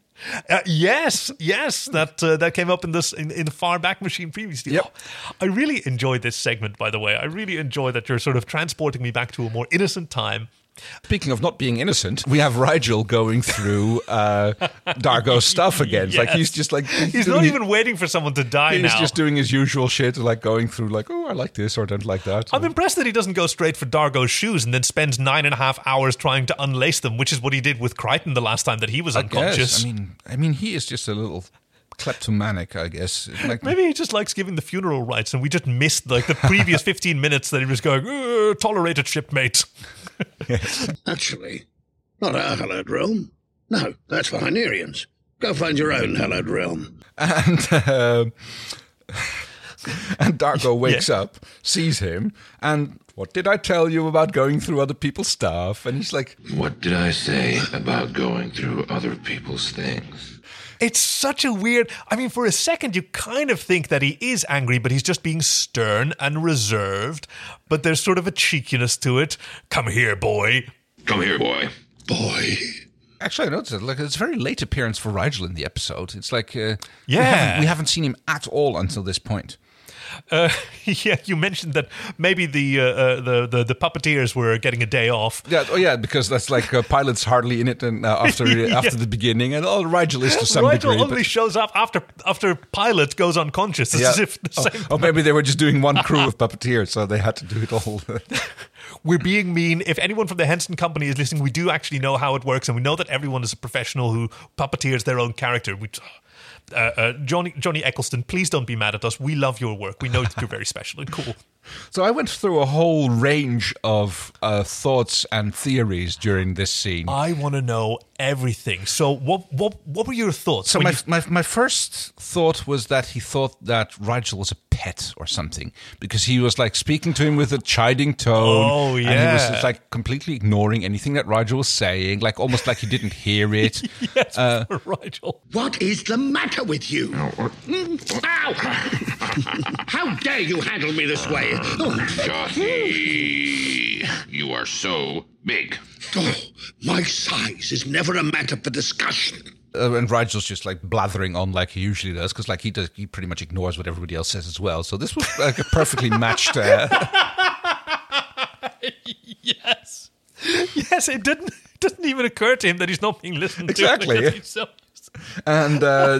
Uh, yes, yes, that uh, that came up in this in, in the far back machine previously. Yep. Oh, I really enjoyed this segment, by the way. I really enjoy that you're sort of transporting me back to a more innocent time. Speaking of not being innocent, we have Rigel going through uh, Dargo's stuff again. It's Like he's Yes. just like He's doing not his- even waiting for someone to die He's now. just doing his usual shit, like going through like, oh, I like this or I don't like that. I'm impressed that he doesn't go straight for Dargo's shoes and then spends nine and a half hours trying to unlace them, which is what he did with Crichton the last time that he was I guess. unconscious. I mean, I mean, he is just a little kleptomanic, I guess. It's Like, Maybe he just likes giving the funeral rites, and we just missed like the previous 15 minutes that he was going, "Uh, tolerated shipmate. Actually, not our hallowed realm. No, that's for Hynerians. Go find your own hallowed realm. and um and Darko wakes up, sees him, and what did I tell you about going through other people's stuff? And he's like, What did I say about going through other people's things? It's such a weird. I mean, for a second, you kind of think that he is angry, but he's just being stern and reserved. But there's sort of a cheekiness to it. Come here, boy. Come here, boy. Boy. Actually, I noticed it. Like, it's a very late appearance for Rigel in the episode. It's like, uh, we Yeah. haven't- we haven't seen him at all until this point. Uh, yeah, you mentioned that maybe the, uh, uh, the the the puppeteers were getting a day off. Yeah, oh yeah, because that's like uh, pilot's hardly in it, and uh, after Yeah. after the beginning, and all Rigel is to some Rigel degree. only shows up after after pilot goes unconscious. It's yeah. as if the oh, same. oh, maybe they were just doing one crew of puppeteers, so they had to do it all. We're being mean. If anyone from the Henson Company is listening, we do actually know how it works, and we know that everyone is a professional who puppeteers their own character. We. Uh, uh, Johnny Johnny Eccleston, please don't be mad at us. We love your work. We know that you're very special and cool. so I went through a whole range of uh, thoughts and theories during this scene. I want to know everything. So, what what what were your thoughts? So when my, you- my my first thought was that he thought that Rigel was a pet or something because he was like speaking to him with a chiding tone. Oh, and he was yeah. just, like completely ignoring anything that Rigel was saying, like almost like he didn't hear it. yes, Rigel. What is the matter with you? Mm, Ow! How dare you handle me this way? Oh, Johnny, Uh, you are so big. oh, my size is never a matter for discussion. Uh, and Rigel's just like blathering on like he usually does because like he does he pretty much ignores what everybody else says as well. So this was like a perfectly matched. Uh, yes. Yes, it didn't it doesn't even occur to him that he's not being listened Exactly. to. Exactly. and uh,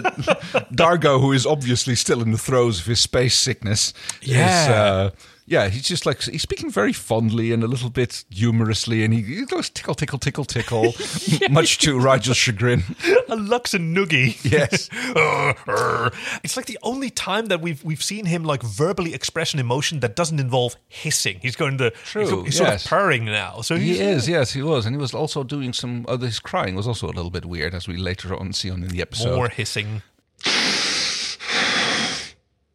Dargo, who is obviously still in the throes of his space sickness, is. Yeah. Uh, yeah, he's just like he's speaking very fondly and a little bit humorously, and he, he goes tickle, tickle, tickle, tickle, much to Rigel's chagrin. A Lux and Noogie. Yes. Arr, arr. it's like the only time that we've we've seen him like verbally express an emotion that doesn't involve hissing. He's going to True, He's, sort yes. of purring now. So He he's, is, yes, he was, and he was also doing some. Oh, his crying was also a little bit weird, as we later on see on in the episode. more hissing.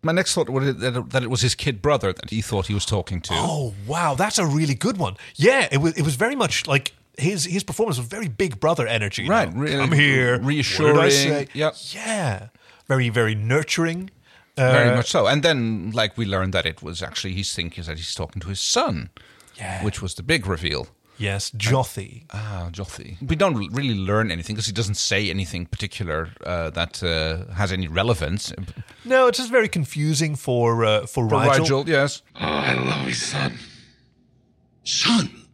My next thought was it- that that it was his kid brother that he thought he was talking to. Oh wow, that's a really good one. Yeah, it was it was very much like his his performance was very big brother energy. you Right, know. really I'm here. What did I reassuring, say? yep. Yeah. Very, very nurturing. Very Uh, much so. And then, like, we learned that it was actually he's thinking that he's talking to his son, Yeah. which was the big reveal. Yes, Jothi. Ah, Jothi. We don't re- really learn anything because he doesn't say anything particular uh, that uh, has any relevance. No, it's just very confusing for uh, for, For Rigel. Rigel, yes. Oh, I love his son. Son,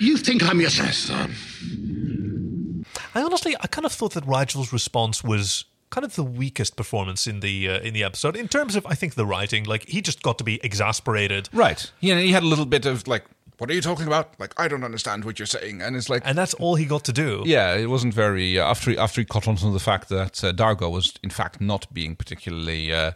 you think I'm your son? Son. I honestly, I kind of thought that Rigel's response was kind of the weakest performance in the uh, in the episode in terms of I think the writing. Like he just got to be exasperated, Right. You know, he had a little bit of, like, what are you talking about? Like, I don't understand what you're saying. And it's like, and that's all he got to do. yeah, it wasn't very. Uh, after, he, after he caught on to the fact that uh, Dargo was, in fact, not being particularly. Uh,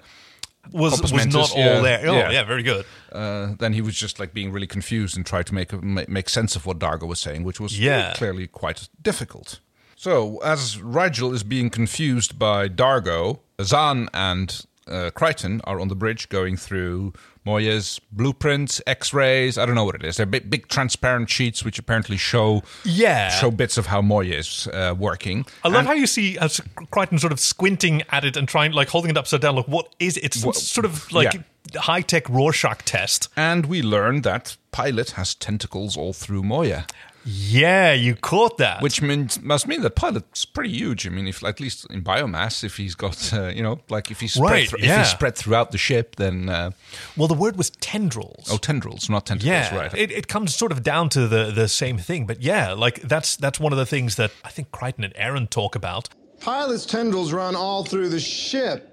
was compass was mentis, not all yeah, there. Oh, yeah. yeah, very good. Uh, then he was just like being really confused and tried to make make, make sense of what Dargo was saying, which was Yeah. clearly quite difficult. So as Rigel is being confused by Dargo, Zahn and uh, Crichton are on the bridge going through Moya's blueprints, X-rays. I don't know what it is. They're big, big transparent sheets which apparently show Yeah. show bits of how Moya is uh, working. I love And- how you see uh, Crichton sort of squinting at it and trying, like, holding it upside down. Like, what is it? It's some What- sort of like high tech Rorschach test. and we learn that Pilot has tentacles all through Moya. Yeah, you caught that. Which means must mean that pilot's pretty huge. I mean, if at least in biomass, if he's got uh, you know, like if he's spread Right, thr- if yeah. he's spread throughout the ship, then uh, Well, the word was tendrils. oh, tendrils, not tentacles, Yeah, right? it, it comes sort of down to the, the same thing, but yeah, like that's that's one of the things that I think Crichton and Aaron talk about. Pilot's tendrils run all through the ship.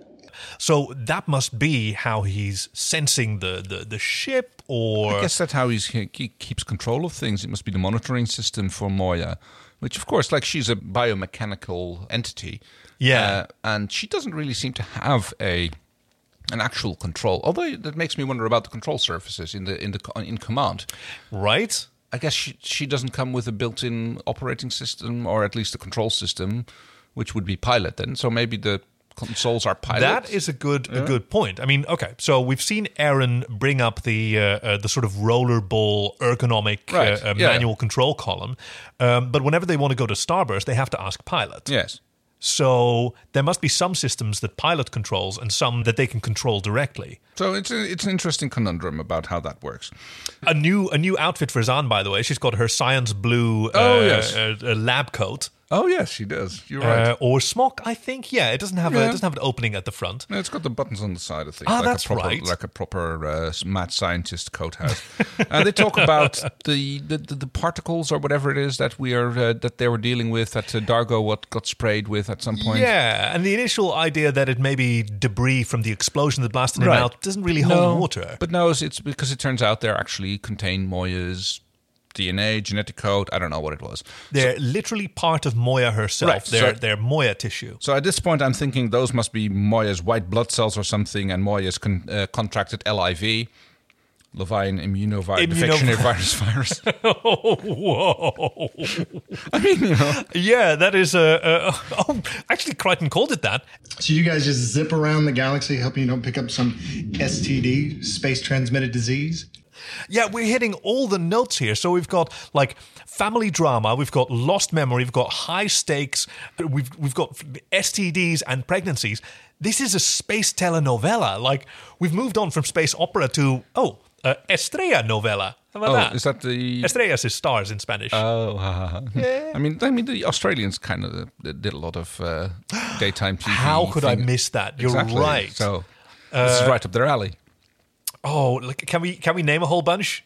So that must be how he's sensing the the, the ship, or I guess that's how he's, he he keeps control of things. It must be the monitoring system for Moya, which of course, like she's a biomechanical entity, Yeah. uh, and she doesn't really seem to have a an actual control. Although that makes me wonder about the control surfaces in the in the co- in command. right? I guess she, she doesn't come with a built-in operating system, or at least a control system, which would be Pilot. Then, so maybe the consoles are Pilot. That is a good a good point. I mean, okay, so we've seen Aaron bring up the uh, uh, the sort of rollerball ergonomic Right, uh, uh, yeah. manual control column, um, but whenever they want to go to starburst, they have to ask pilot. yes. So there must be some systems that pilot controls and some that they can control directly. So it's a, it's an interesting conundrum about how that works. A new a new outfit for Zan, by the way. She's got her science blue uh, Oh, yes. uh, uh, lab coat. Oh yes, she does. You're right. Uh, or smock, I think. Yeah, it doesn't have a, Yeah. it doesn't have an opening at the front. No, it's got the buttons on the side of things. Ah, like that's a proper, right. Like a proper uh, mad scientist coat house. uh, they talk about the, the, the, the particles or whatever it is that we are uh, that they were dealing with. That uh, Dargo what got sprayed with at some point. Yeah, and the initial idea that it may be debris from the explosion that blasted Right. him out doesn't really hold No, water. But no, it's, it's because it turns out they're actually contain Moya's DNA, genetic code. I don't know what it was. They're literally part of Moya herself. Right, They're so- they're Moya tissue. So at this point, I'm thinking those must be Moya's white blood cells or something, and Moya's con- uh, contracted LIV, Levine immunovirus, Immunovi- defectionary virus virus. oh, whoa! I mean, you know. Yeah, that is a. a oh, actually, Crichton called it that. So you guys just zip around the galaxy, hoping you don't pick up some STD, space transmitted disease. Yeah, we're hitting all the notes here. So we've got like family drama, we've got lost memory, we've got high stakes, we've we've got STDs and pregnancies. This is a space telenovela. Like we've moved on from space opera to oh, uh, estrella novela. How about Oh, that? is that the? Estrellas is stars in Spanish. Oh, ha, ha, ha. I mean, I mean, the Australians kind of did a lot of uh, daytime TV. How could I thing. miss that? You're Exactly. right. Uh, So this is right up their alley. oh, look, can we can we name a whole bunch?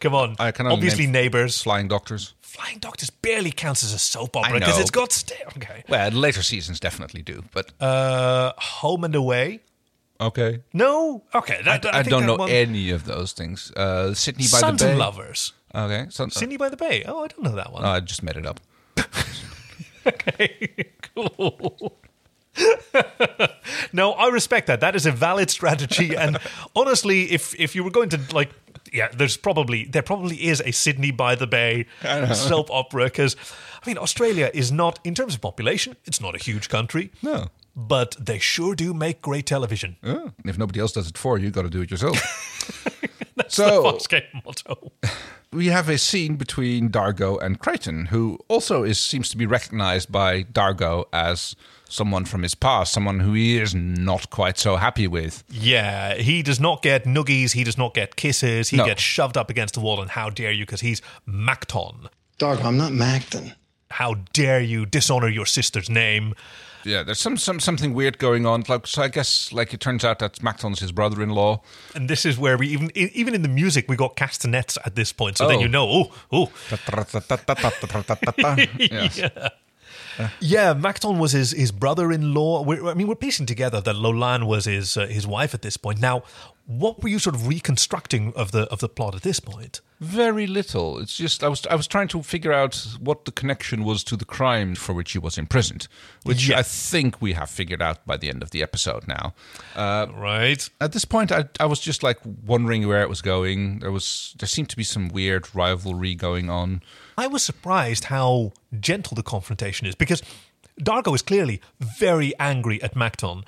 Come on. I can only Obviously, name neighbors. Flying Doctors. Flying Doctors barely counts as a soap opera because know. it's got sta okay. Well, later seasons definitely do, but Uh, home and away. okay. No, okay. That, that- I, think don't that know one- any of those things. Uh, Sydney by Sons the Bay. and Lovers. Okay, Sun- Sydney by the Bay. Oh, I don't know that one. Oh, I just made it up. okay, cool. no, I respect that. That is a valid strategy. And honestly, if if you were going to like, yeah, there's probably there probably is a Sydney by the Bay soap opera because, I mean, Australia is not in terms of population, it's not a huge country. No. But they sure do make great television. Oh, if nobody else does it for you, you got to do it yourself. That's So- the Foxgate motto. we have a scene between Dargo and Crichton, who also is seems to be recognized by Dargo as someone from his past, someone who he is not quite so happy with. Yeah, he does not get nuggies. He does not get kisses. He No. gets shoved up against the wall, and how dare you? Because he's Macton. Dark, I'm not Macton. How dare you dishonor your sister's name? Yeah, there's some, some something weird going on. Like, so I guess like it turns out that Macton's his brother-in-law. And this is where we even e- even in the music we got castanets at this point. So then Oh. you know, oh, oh, Yes. yeah. Yeah, Macton was his, his brother in law. I mean, we're piecing together that Lolan was his uh, his wife at this point. Now, what were you sort of reconstructing of the of the plot at this point? Very little. It's just I was I was trying to figure out what the connection was to the crime for which he was imprisoned, which I think we have figured out by the end of the episode now. Uh, right. At this point, I I was just like wondering where it was going. There was there seemed to be some weird rivalry going on. I was surprised how gentle the confrontation is because Dargo is clearly very angry at Macton,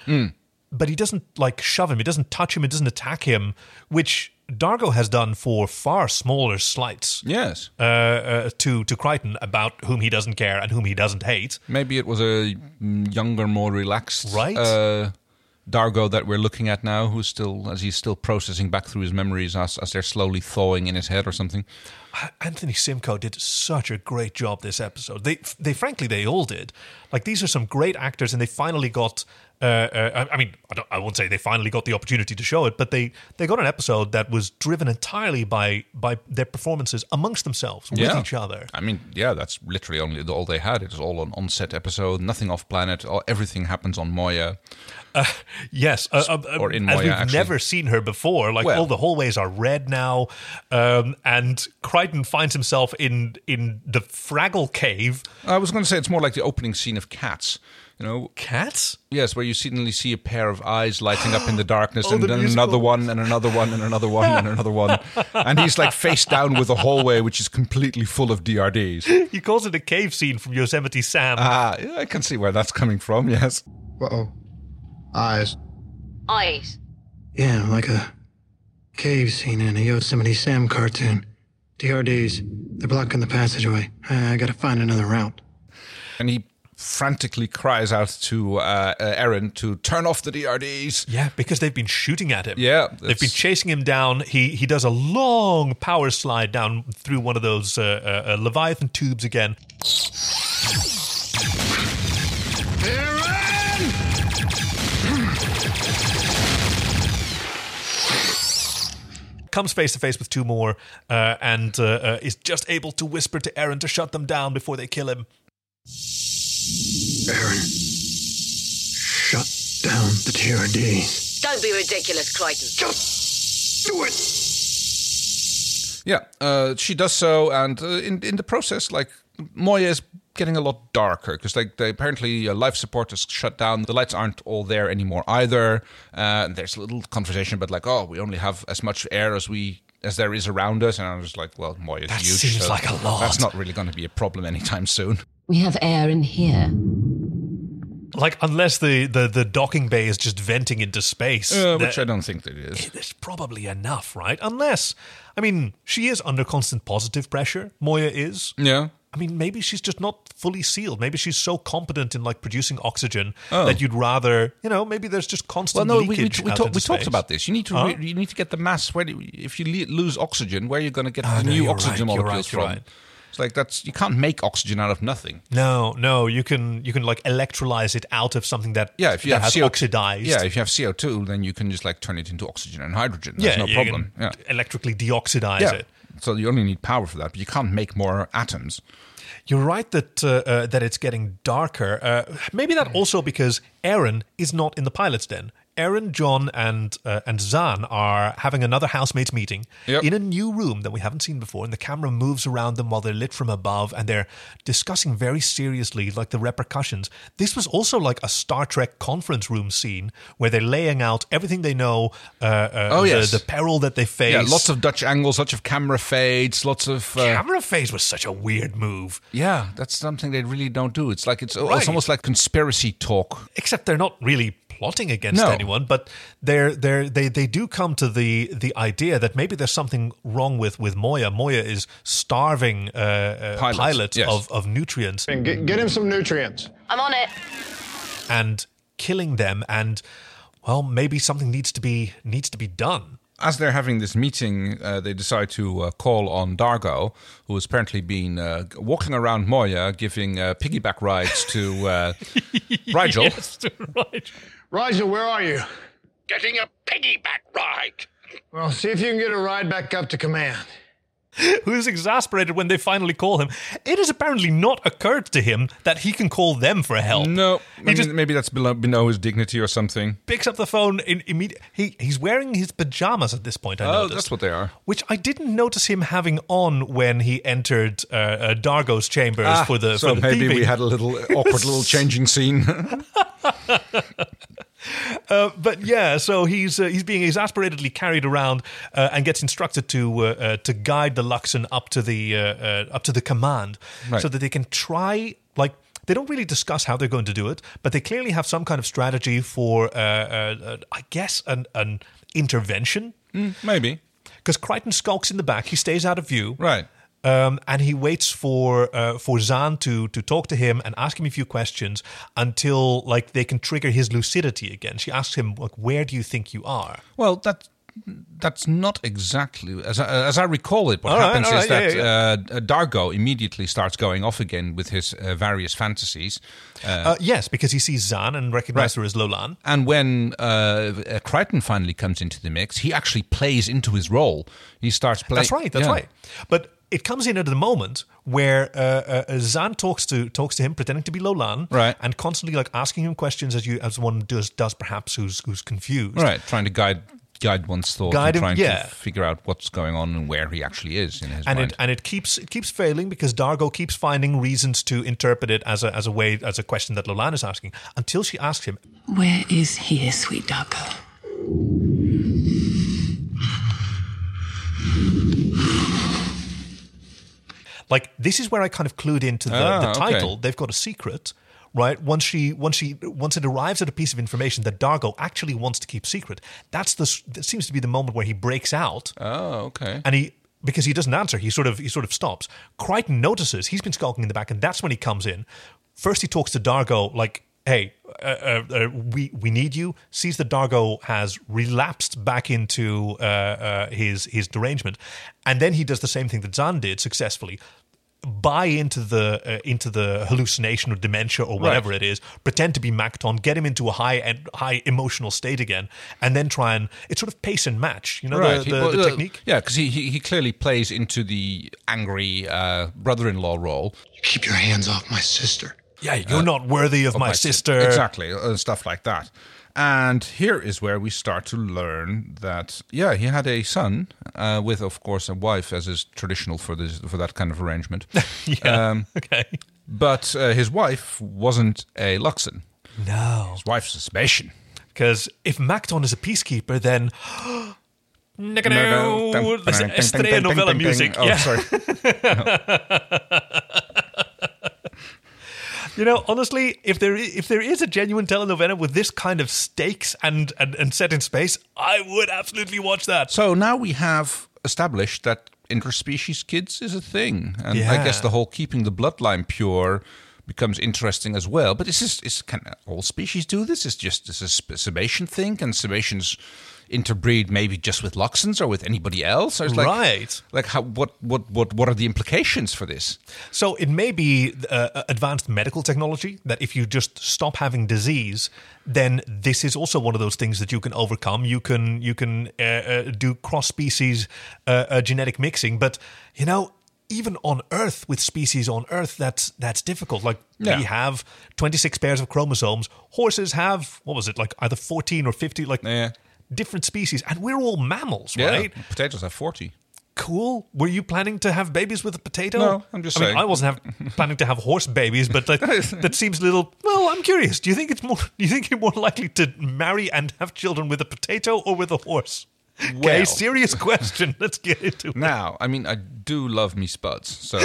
but he doesn't like shove him, he doesn't touch him, he doesn't attack him, which Dargo has done for far smaller slights. Yes. Uh, uh, to to Crichton about whom he doesn't care and whom he doesn't hate. Maybe it was a younger, more relaxed Right. uh, Dargo that we're looking at now, who's still as he's still processing back through his memories as as they're slowly thawing in his head or something. Anthony Simcoe did such a great job this episode. They, they frankly, they all did. Like these are some great actors, and they finally got. Uh, uh, I, I mean, I, don't, I won't say they finally got the opportunity to show it, but they they got an episode that was driven entirely by by their performances amongst themselves with each other. I mean, yeah, that's literally only all they had. It's all an on-set episode, nothing off-planet. All, everything happens on Moya. Yes, uh, uh, Or in as Moya, we've actually. never seen her before. Like Well- all the hallways are red now, um, and Crichton finds himself in in the Fraggle Cave. I was going to say it's more like the opening scene of Cats. You know, Cats. Yes, where you suddenly see a pair of eyes lighting up in the darkness, Oh, and the then musical. another one, and another one, and another one, and another one, and he's like face down with a hallway which is completely full of DRDs. He calls it a cave scene from Yosemite Sam. Ah, yeah, I can see where that's coming from. Yes. Uh-oh. Eyes. Eyes. Yeah, like a cave scene in a Yosemite Sam cartoon. DRDs, they're blocking the passageway. I I gotta find another route. And he frantically cries out to uh, uh, Aaron to turn off the DRDs. Yeah, because they've been shooting at him. Yeah, They've been chasing him down. He he does a long power slide down through one of those uh, uh, uh, Leviathan tubes again. Comes face to face with two more uh, and uh, uh, is just able to whisper to Aaron to shut them down before they kill him. Shut down the DRDs. Don't be ridiculous, Crichton. Do it! Yeah, uh, she does so, and uh, in in the process, like Moya is getting a lot darker because like they apparently uh, life support is shut down. The lights aren't all there anymore either. Uh, and there's a little conversation about like, oh, we only have as much air as we. As there is around us, and I was like, "Well, Moya's That huge. seems like a lot. That's not really going to be a problem anytime soon." We have air in here. Like, unless the, the, the docking bay is just venting into space. Uh, that- which I don't think that it is. That's probably enough, right? Unless, I mean, she is under constant positive pressure. Moya is. Yeah. I mean, maybe she's just not fully sealed. Maybe she's so competent in like producing oxygen Oh. that you'd rather, you know, maybe there's just constant Well, no, we, we, we, leakage. out talk- into we talked space. about this. You need to Huh? re- you need to get the mass. Where do, if you le- lose oxygen, where are you going to get Ah, the no, new you're oxygen right, you're molecules right, you're from? right. It's like that's you can't make oxygen out of nothing. No, no, you can you can like electrolyze it out of something that Yeah, if you that have has CO2, oxidized. Yeah, if you have CO two, then you can just like turn it into oxygen and hydrogen. Yeah, There's no you problem. can electrically deoxidize yeah. it. So you only need power for that, but you can't make more atoms. You're right that uh, uh, that it's getting darker. Uh, maybe Mm. that also because Aaron is not in the pilot's den. Aaron, John, and uh, and Zan are having another housemates meeting Yep. in a new room that we haven't seen before, and the camera moves around them while they're lit from above, and they're discussing very seriously like the repercussions. This was also like a Star Trek conference room scene where they're laying out everything they know, uh, uh, Oh, the, yes. the peril that they face. Yeah, lots of Dutch angles, lots of camera fades, lots of uh, camera phase was such a weird move. yeah. That's something they really don't do. It's like it's, Right. it's almost like conspiracy talk. except they're not really plotting against No. anyone but they're they're they they do come to the the idea that maybe there's something wrong with with moya moya is starving uh, uh Pilots, pilots, yes. of of nutrients Get, get him some nutrients. I'm on it. and killing them and well maybe something needs to be needs to be done as they're having this meeting, uh, they decide to uh, call on Dargo, who has apparently been uh, walking around Moya, giving uh, piggyback rides to uh, Rigel. right Rigel, where are you? Getting a piggyback ride. Well, see if you can get a ride back up to command. who's exasperated when they finally call him. It has apparently not occurred to him that he can call them for help. No, I mean, maybe that's below, below his dignity or something. Picks up the phone in immediate. He he's wearing his pajamas at this point. I oh, noticed, that's what they are. which I didn't notice him having on when he entered uh, uh, Dargo's chambers Ah, for the. so for the maybe thieving. we had a little awkward little changing scene. Uh, but yeah, so he's uh, he's being exasperatedly carried around uh, and gets instructed to uh, uh, to guide the Luxon up to the uh, uh, up to the command, Right. so that they can try like. They don't really discuss how they're going to do it, but they clearly have some kind of strategy for, uh, uh, uh, I guess, an, an intervention. maybe. Because Crichton skulks in the back, he stays out of view. Right. Um, and he waits for uh, for Zahn to to talk to him and ask him a few questions until like they can trigger his lucidity again. She asks him like, "Where do you think you are?" Well, that that's not exactly as I, as I recall it. What All right, happens all is right, that Uh, Dargo immediately starts going off again with his uh, various fantasies. Uh, yes, because he sees Zahn and recognizes her as Lolan. And when uh, uh, Crichton finally comes into the mix, he actually plays into his role. He starts playing. That's right. That's right. But it comes in at the moment where uh, uh, uh, Zan talks to talks to him, pretending to be Lolan, Right. and constantly like asking him questions as you as one does does perhaps who's who's confused. Right, trying to guide guide one's thoughts and Guide him- trying yeah. to figure out what's going on and where he actually is in his and mind. it and it keeps it keeps failing because Dargo keeps finding reasons to interpret it as a as a way as a question that Lolan is asking until she asks him. Where is he, sweet Darko? Like this is where I kind of clued into the, Ah, the okay. title. They've got a secret, right? Once she once she once it arrives at a piece of information that Dargo actually wants to keep secret. That's the s- that seems to be the moment where he breaks out oh, okay. and he because he doesn't answer, he sort of he sort of stops. Crichton notices he's been skulking in the back, and that's when he comes in. First, he talks to Dargo like, "Hey, uh, uh, uh, we we need you." Sees that Dargo has relapsed back into uh, uh, his his derangement, and then he does the same thing that Zan did successfully. Buy into the uh, into the hallucination or dementia or whatever Right. it is. Pretend to be Macton, get him into a high and high emotional state again, and then try and it's sort of pace and match. You know right. the, He- the, well, the uh, technique. Yeah, because he, he, he clearly plays into the angry uh, brother in law role. Keep your hands off my sister. Yeah, you're not worthy Uh, of, my, sister. Exactly, and stuff like that. And here is where we start to learn that, yeah, he had a son uh, with, of course, a wife, as is traditional for this for that kind of arrangement. Yeah, okay. But uh, his wife wasn't a Luxon. No. His wife's a Sebastian. Because if Macton is a peacekeeper, then. No, no. That's Estrella novella music. Oh, yeah. sorry. You know, honestly, if there is, if there is a genuine telenovela with this kind of stakes and, and, and set in space, I would absolutely watch that. So now we have established that interspecies kids is a thing, and I guess Yeah. the whole keeping the bloodline pure becomes interesting as well. But is this is can all species do this? Is just this is a Sabatian thing? Can Sabatians interbreed maybe just with Luxons or with anybody else? Or it's like, Right. Like how what what what what are the implications for this? So it may be uh, advanced medical technology that if you just stop having disease, then this is also one of those things that you can overcome. You can you can uh, uh, do cross species uh, uh, genetic mixing, but you know. Even on Earth, with species on Earth, that's that's difficult. Like Yeah. we have twenty six pairs of chromosomes. Horses have what was it like either fourteen or fifty, like different species, and we're all mammals, right? Yeah, potatoes are forty. cool. Were you planning to have babies with a potato? No, I'm just I mean, saying. I wasn't have, planning to have horse babies, but that, that seems a little. Well, I'm curious. Do you think it's more? Do you think you're more likely to marry and have children with a potato or with a horse? okay, Well. serious question. Let's get into it. Now, I mean, I do love me spuds, so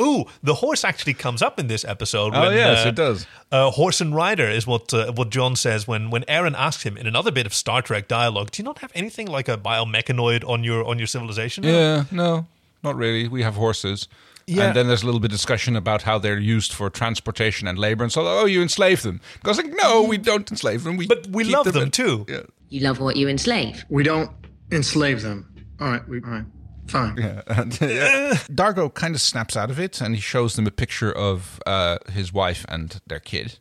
Ooh, the horse actually comes up in this episode. Oh, yes, it does. Uh, horse and rider is what uh, what John says when when Aaron asks him in another bit of Star Trek dialogue. Do you not have anything like a biomechanoid on your on your civilization? Yeah, no, not really. We have horses. Yeah. And then there's a little bit of discussion about how they're used for transportation and labor, and so oh, you enslave them. Because like, no, we don't enslave them. We but we love them too. You love what you enslave. We don't enslave them. All right, we, all right, fine. Yeah. Yeah. Dargo kind of snaps out of it, and he shows them a picture of uh, his wife and their kid,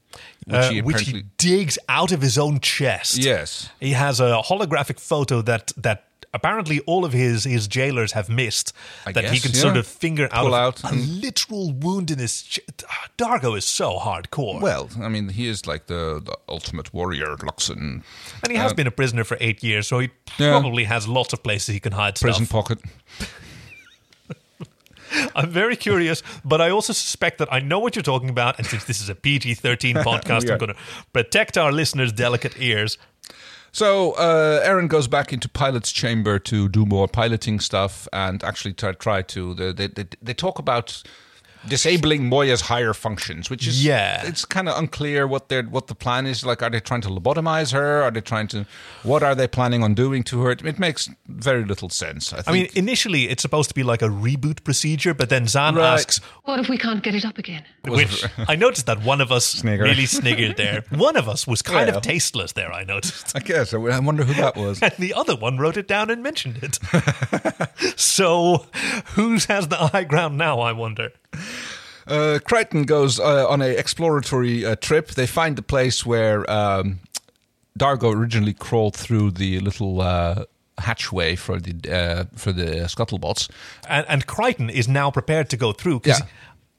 which Uh, he which apparently he digs out of his own chest. yes. He has a holographic photo that that apparently all of his his jailers have missed I that he guess, can yeah. sort of finger out, Pull of out a and- literal wound in his. Ch- Dargo is so hardcore. Well, I mean, he is like the, the ultimate warrior, Luxon. and he has Uh, been a prisoner for eight years, so he Yeah. probably has lots of places he can hide prison stuff. pocket. I'm very curious, but I also suspect that I know what you're talking about. And since this is a PG 13 podcast, Yeah. I'm going to protect our listeners' delicate ears. So uh, Aaron goes back into pilot's chamber to do more piloting stuff and actually try, try to. They, they, they, they talk about disabling Moya's higher functions, which is Yeah. it's kind of unclear what their what the plan is. Like, are they trying to lobotomize her? Are they trying to? What are they planning on doing to her? It, it makes very little sense. I, think. I mean, initially, it's supposed to be like a reboot procedure, but then Zan Right. asks, What if we can't get it up again? which I noticed that one of us really sniggered there. One of us was kind Yeah. of tasteless there, I noticed. I guess I wonder who that was. And the other one wrote it down and mentioned it. so, who has the high ground now, I wonder? Uh, Crichton goes uh, on an exploratory uh, trip. They find the place where um, Dargo originally crawled through the little uh, hatchway for the uh, for the scuttlebots. And, and Crichton is now prepared to go through because Yeah.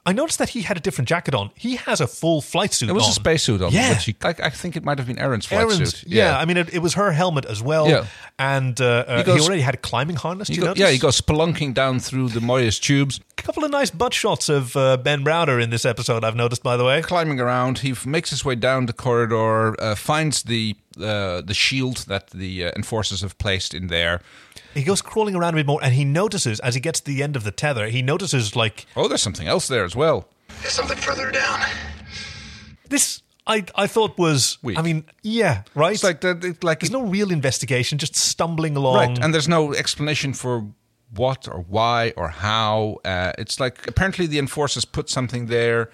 I noticed that he had a different jacket on. He has a full flight suit It was on. a spacesuit on, Yeah. which he, I, I think it might have been Aaron's flight Aaron's- suit. yeah. I mean, it, it was her helmet as well. Yeah. And uh, uh, He he, goes- already had a climbing harness, do He you go- notice? yeah, he goes spelunking down through the Moyes tubes. A couple of nice butt shots of uh, Ben Browder in this episode, I've noticed, by the way. climbing around. He f- makes his way down the corridor, uh, finds the uh, the shield that the uh, enforcers have placed in there. He goes crawling around a bit more, and he notices, as he gets to the end of the tether, he notices, like, Oh, there's something else there as well. There's something further down. this. I, I thought was I mean yeah right it's like that like there's no real investigation just stumbling along Right, and there's no explanation for what or why or how. Uh, it's like apparently the enforcers put something there,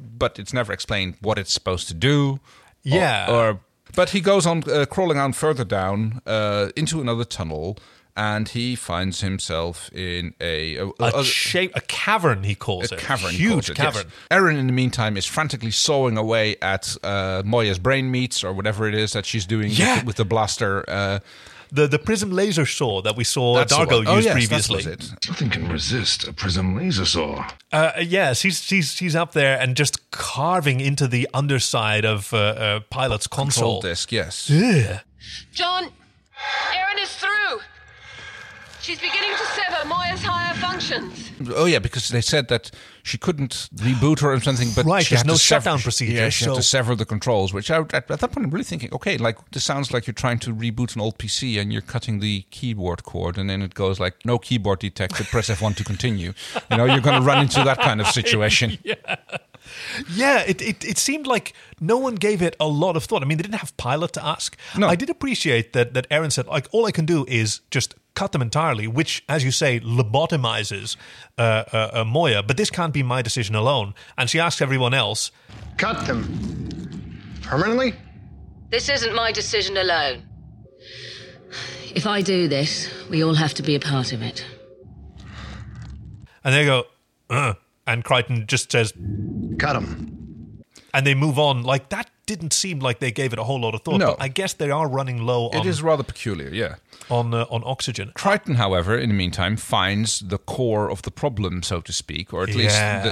but it's never explained what it's supposed to do. or- Yeah. or, but he goes on uh, crawling on further down uh, into another tunnel, and he finds himself in a a, a shape a cavern he calls it cavern, huge called it, cavern yes. Erin, in the meantime, is frantically sawing away at uh, Moya's brain meats or whatever it is that she's doing with- Yeah. with, the blaster. Uh, the the prism laser saw that we saw That's the Dargo one. Oh, yes, use that previously was it. Nothing can resist a prism laser saw. Uh, yeah, she's she's she's up there and just carving into the underside of uh, uh, pilot's control console. disc, yes. Ugh. John, Erin is through. She's beginning to sever Moya's higher functions. Oh yeah, because they said that she couldn't reboot her or something, but Right, she there's had no to sever- shutdown procedure, Yeah, she had to so- sever the controls. Which I, at, at that point, I'm really thinking, okay, like this sounds like you're trying to reboot an old PC and you're cutting the keyboard cord, and then it goes like no keyboard detected. press F1 to continue. You know, you're going to run into that kind of situation. Yeah, it, it it seemed like no one gave it a lot of thought. I mean, they didn't have pilot to ask. No. I did appreciate that that Aaron said like all I can do is just cut them entirely, which, as you say, lobotomizes uh, uh, uh, Moya. But this can't be my decision alone. And she asks everyone else. Cut them. Permanently? This isn't my decision alone. If I do this, we all have to be a part of it. And they go, uh, and Crichton just says, Cut them. And they move on. Like, that didn't seem like they gave it a whole lot of thought. No. But I guess they are running low It on, is rather peculiar, yeah. on, uh, on oxygen. Crichton, however, in the meantime, finds the core of the problem, so to speak, or at Yeah.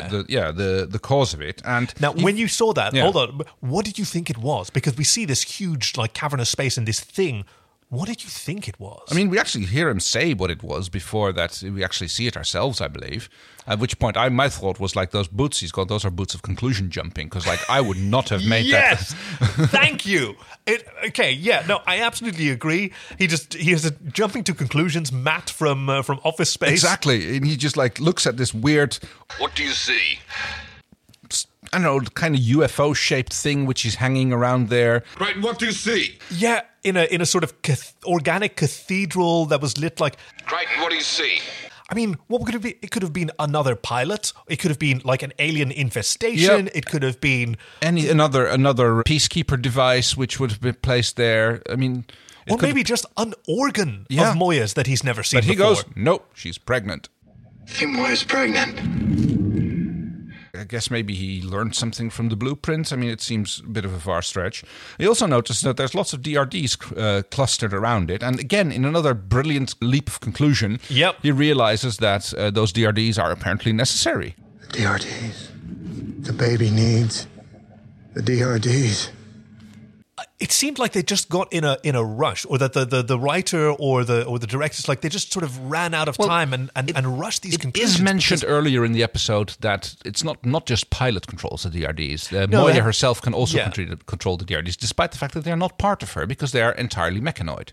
least the, the yeah the the cause of it. And Now, he- when you saw that, Yeah. hold on, what did you think it was? Because we see this huge, like, cavernous space and this thing. What did you think it was? I mean, we actually hear him say what it was before that we actually see it ourselves, I believe. At which point, I my thought was like those boots he's got; those are boots of conclusion jumping. Because like I would not have made yes, that. thank you. It, okay, yeah, no, I absolutely agree. He just he is a jumping to conclusions. Matt from uh, from Office Space, Exactly, and he just like looks at this weird, What do you see? I don't know, kind of UFO shaped thing which is hanging around there. Crichton, what do you see? Yeah, in a in a sort of cath- organic cathedral that was lit like Crichton, what do you see? I mean, what could it be? It could have been another pilot. It could have been like an alien infestation. Yep. It could have been Any another another peacekeeper device which would have been placed there. I mean, it or could- maybe just an organ Yeah. of Moya's that he's never seen but he before. goes, nope, she's pregnant. Think Moya's pregnant. I guess maybe he learned something from the blueprints. I mean, it seems a bit of a far stretch. He also noticed that there's lots of DRDs uh, clustered around it. And again, in another brilliant leap of conclusion, yep. he realizes that uh, those DRDs are apparently necessary. DRDs. The baby needs the DRDs. it seemed like they just got in a in a rush, or that the, the, the writer or the or the directors like they just sort of ran out of time and, and, and rushed these It conclusions. is mentioned earlier in the episode that it's not, not just pilot controls the DRDs. Uh, No, Moya that- herself can also Yeah. control, control the DRDs, despite the fact that they are not part of her because they are entirely mechanoid.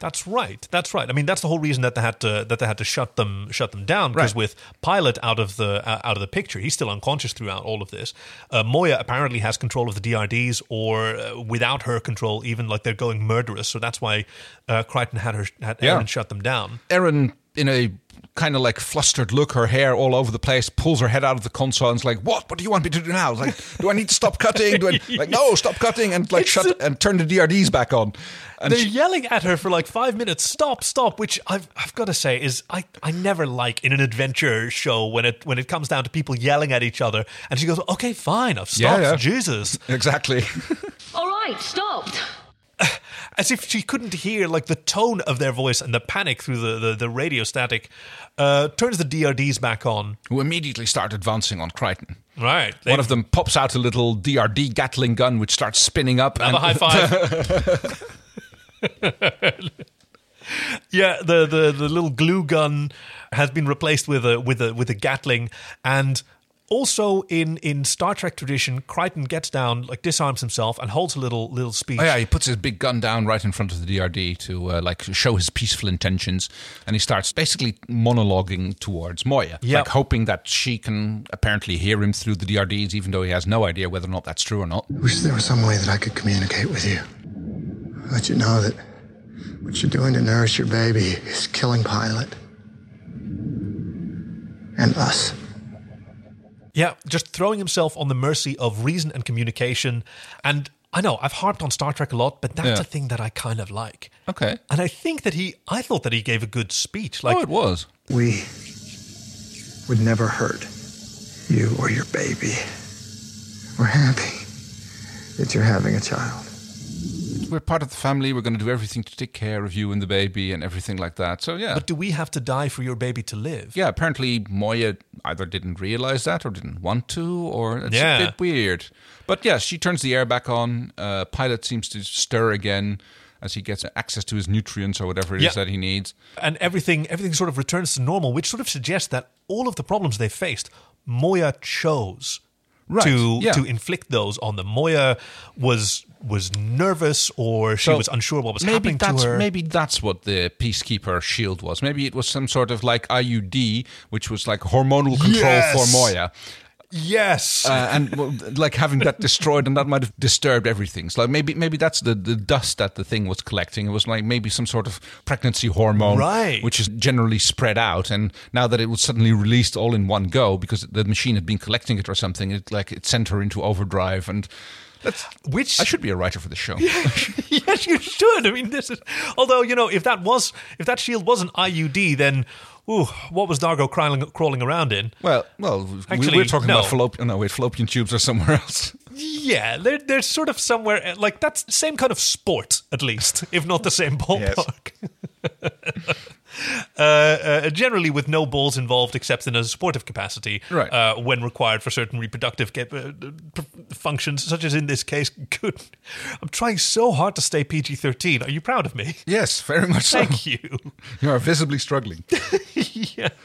That's right. That's right. I mean, that's the whole reason that they had to that they had to shut them shut them down because Right. with Pilot out of the uh, out of the picture, he's still unconscious throughout all of this. Uh, Moya apparently has control of the DRDs, or uh, without her control, even like they're going murderous. So that's why uh, Crichton had her had Yeah. Aaron shut them down. Erin, in a kind of like flustered look, her hair all over the place, pulls her head out of the console and's like, "What? What do you want me to do now? Like, do I need to stop cutting? Do I like no stop cutting and like shut and turn the DRDs back on?" And They're she- yelling at her for like five minutes. Stop, stop. Which I've I've got to say is I, I never like in an adventure show when it when it comes down to people yelling at each other. And she goes, "Okay, fine, I've Yeah, stopped." yeah. Jesus, exactly. All right, stopped. as if she couldn't hear like the tone of their voice and the panic through the, the, the radio static uh, turns the drds back on who immediately start advancing on Crichton. right One of them pops out a little DRD Gatling gun, which starts spinning up. have a high five yeah the, the, the little glue gun has been replaced with a with a with a gatling and also in in star trek tradition crichton gets down like disarms himself and holds a little little speech Oh, yeah, he puts his big gun down right in front of the DRD to uh, like show his peaceful intentions, and he starts basically monologuing towards Moya, Yeah. like hoping that she can apparently hear him through the DRDs, even though he has no idea whether or not that's true or not. Wish there was some way that I could communicate with you. Let you know that what you're doing to nourish your baby is killing Pilot. And us. Yeah, just throwing himself on the mercy of reason and communication. And I know I've harped on Star Trek a lot, but that's Yeah. a thing that I kind of like. Okay. And I think that he, I thought that he gave a good speech. Like oh, it was. We would never hurt you or your baby. We're happy that you're having a child. We're part of the family. We're going to do everything to take care of you and the baby and everything like that. So yeah. But do we have to die for your baby to live? yeah, apparently Moya either didn't realize that or didn't want to, or it's Yeah. a bit weird. But yeah, she turns the air back on. Uh, Pilot seems to stir again as he gets access to his nutrients or whatever it is Yeah. that he needs. And everything, everything sort of returns to normal, which sort of suggests that all of the problems they faced, Moya chose Right, to yeah. to inflict those on them. Moya was was nervous, or she So was unsure what was maybe happening that's, to her. Maybe that's what the peacekeeper shield was. Maybe it was some sort of like IUD, which was like hormonal control Yes. for Moya. yes, Uh, and well, like having that destroyed, and that might have disturbed everything. So like maybe maybe that's the, the dust that the thing was collecting. It was like maybe some sort of pregnancy hormone, Right. Which is generally spread out, and now that it was suddenly released all in one go because the machine had been collecting it or something, it like it sent her into overdrive. And that's which I should be a writer for the show. yes, you should. I mean, this is. Although you know, if that was, if that shield was an IUD, then, ooh, what was Dargo crawling, crawling around in? Well, well, we- Actually, we're talking no. about fallopian. No, wait, fallopian tubes are somewhere else. Yeah, they're they're sort of somewhere eh, like that's the same kind of sport, at least, if not the same ballpark. uh, uh, generally, with no balls involved except in a supportive capacity, Right. uh, when required for certain reproductive cap- uh, p- functions, such as in this case. Good. I'm trying so hard to stay PG-13. Are you proud of me? Yes, very much so. Thank you. You are visibly struggling.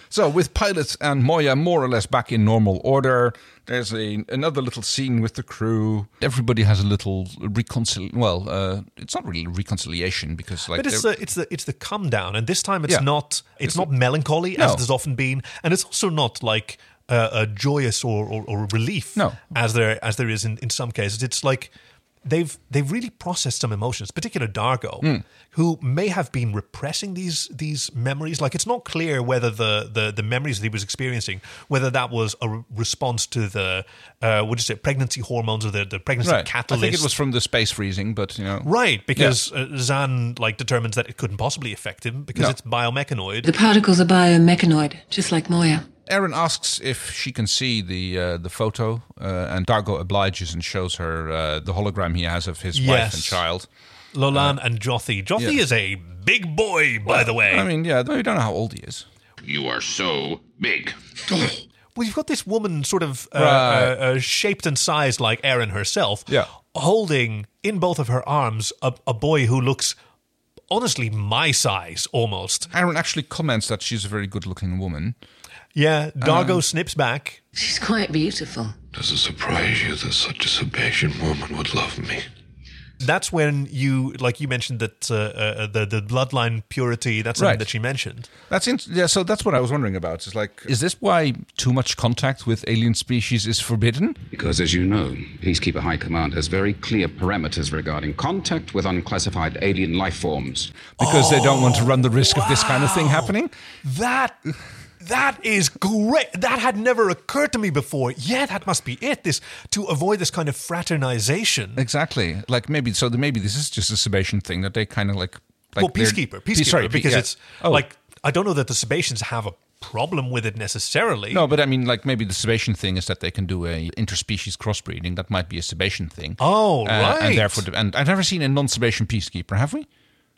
So, with Pilot and Moya more or less back in normal order, there's a, another little scene with the crew. Everybody has a little reconcil. Well, uh, it's not really reconciliation because, like, but it's they're- the it's the it's the come down, and this time it's Yeah. not it's, not melancholy as No. it has often been, and it's also not like uh, a joyous or, or, or a relief No. as there as there is in, in some cases. It's like they've they've really processed some emotions, particularly Dargo, Hmm. who may have been repressing these these memories. Like it's not clear whether the the, the memories that he was experiencing, whether that was a re- response to the uh, what is it, pregnancy hormones or the the pregnancy right. catalyst. I think it was from the space freezing, but you know, Right, because uh, Zan like determines that it couldn't possibly affect him because No. it's biomechanoid. The particles are biomechanoid, just like Moya. Aaron asks if she can see the uh, the photo, uh, and Dargo obliges and shows her uh, the hologram he has of his wife and Yes. child. Lolan and Jothi. Jothi Uh, yeah. is a big boy, by the way. I mean, yeah, we don't know how old he is. You are so big. Well, you've got this woman sort of uh, Right. uh, uh, shaped and sized like Erin herself, Yeah. holding in both of her arms a, a boy who looks honestly my size almost. Aaron actually comments that she's a very good-looking woman. Yeah, Dargo Um, snips back. She's quite beautiful. Does it surprise you that such a Sebastian woman would love me? That's when you, like you mentioned, that uh, uh, the the bloodline purity. That's something Right. that she mentioned. That's in- yeah. So that's what I was wondering about. Is like, is this why too much contact with alien species is forbidden? Because, as you know, Peacekeeper High Command has very clear parameters regarding contact with unclassified alien life forms. Because they don't want to run the risk of this kind of thing happening. That that is great. That had never occurred to me before. Yeah, that must be it. This to avoid this kind of fraternization. Exactly. Like maybe so. th- Maybe this is just a Sebastian thing that they kind of like. like well, they're- peacekeeper, Pe- peacekeeper, sorry, pe- because yeah. Oh. it's like I don't know that the Sebastians have a problem with it necessarily. No, but I mean, like maybe the Sebastian thing is that they can do a interspecies crossbreeding. That might be a Sebastian thing. Uh, Oh, right. And therefore, and I've never seen a non-Sebastian peacekeeper, have we?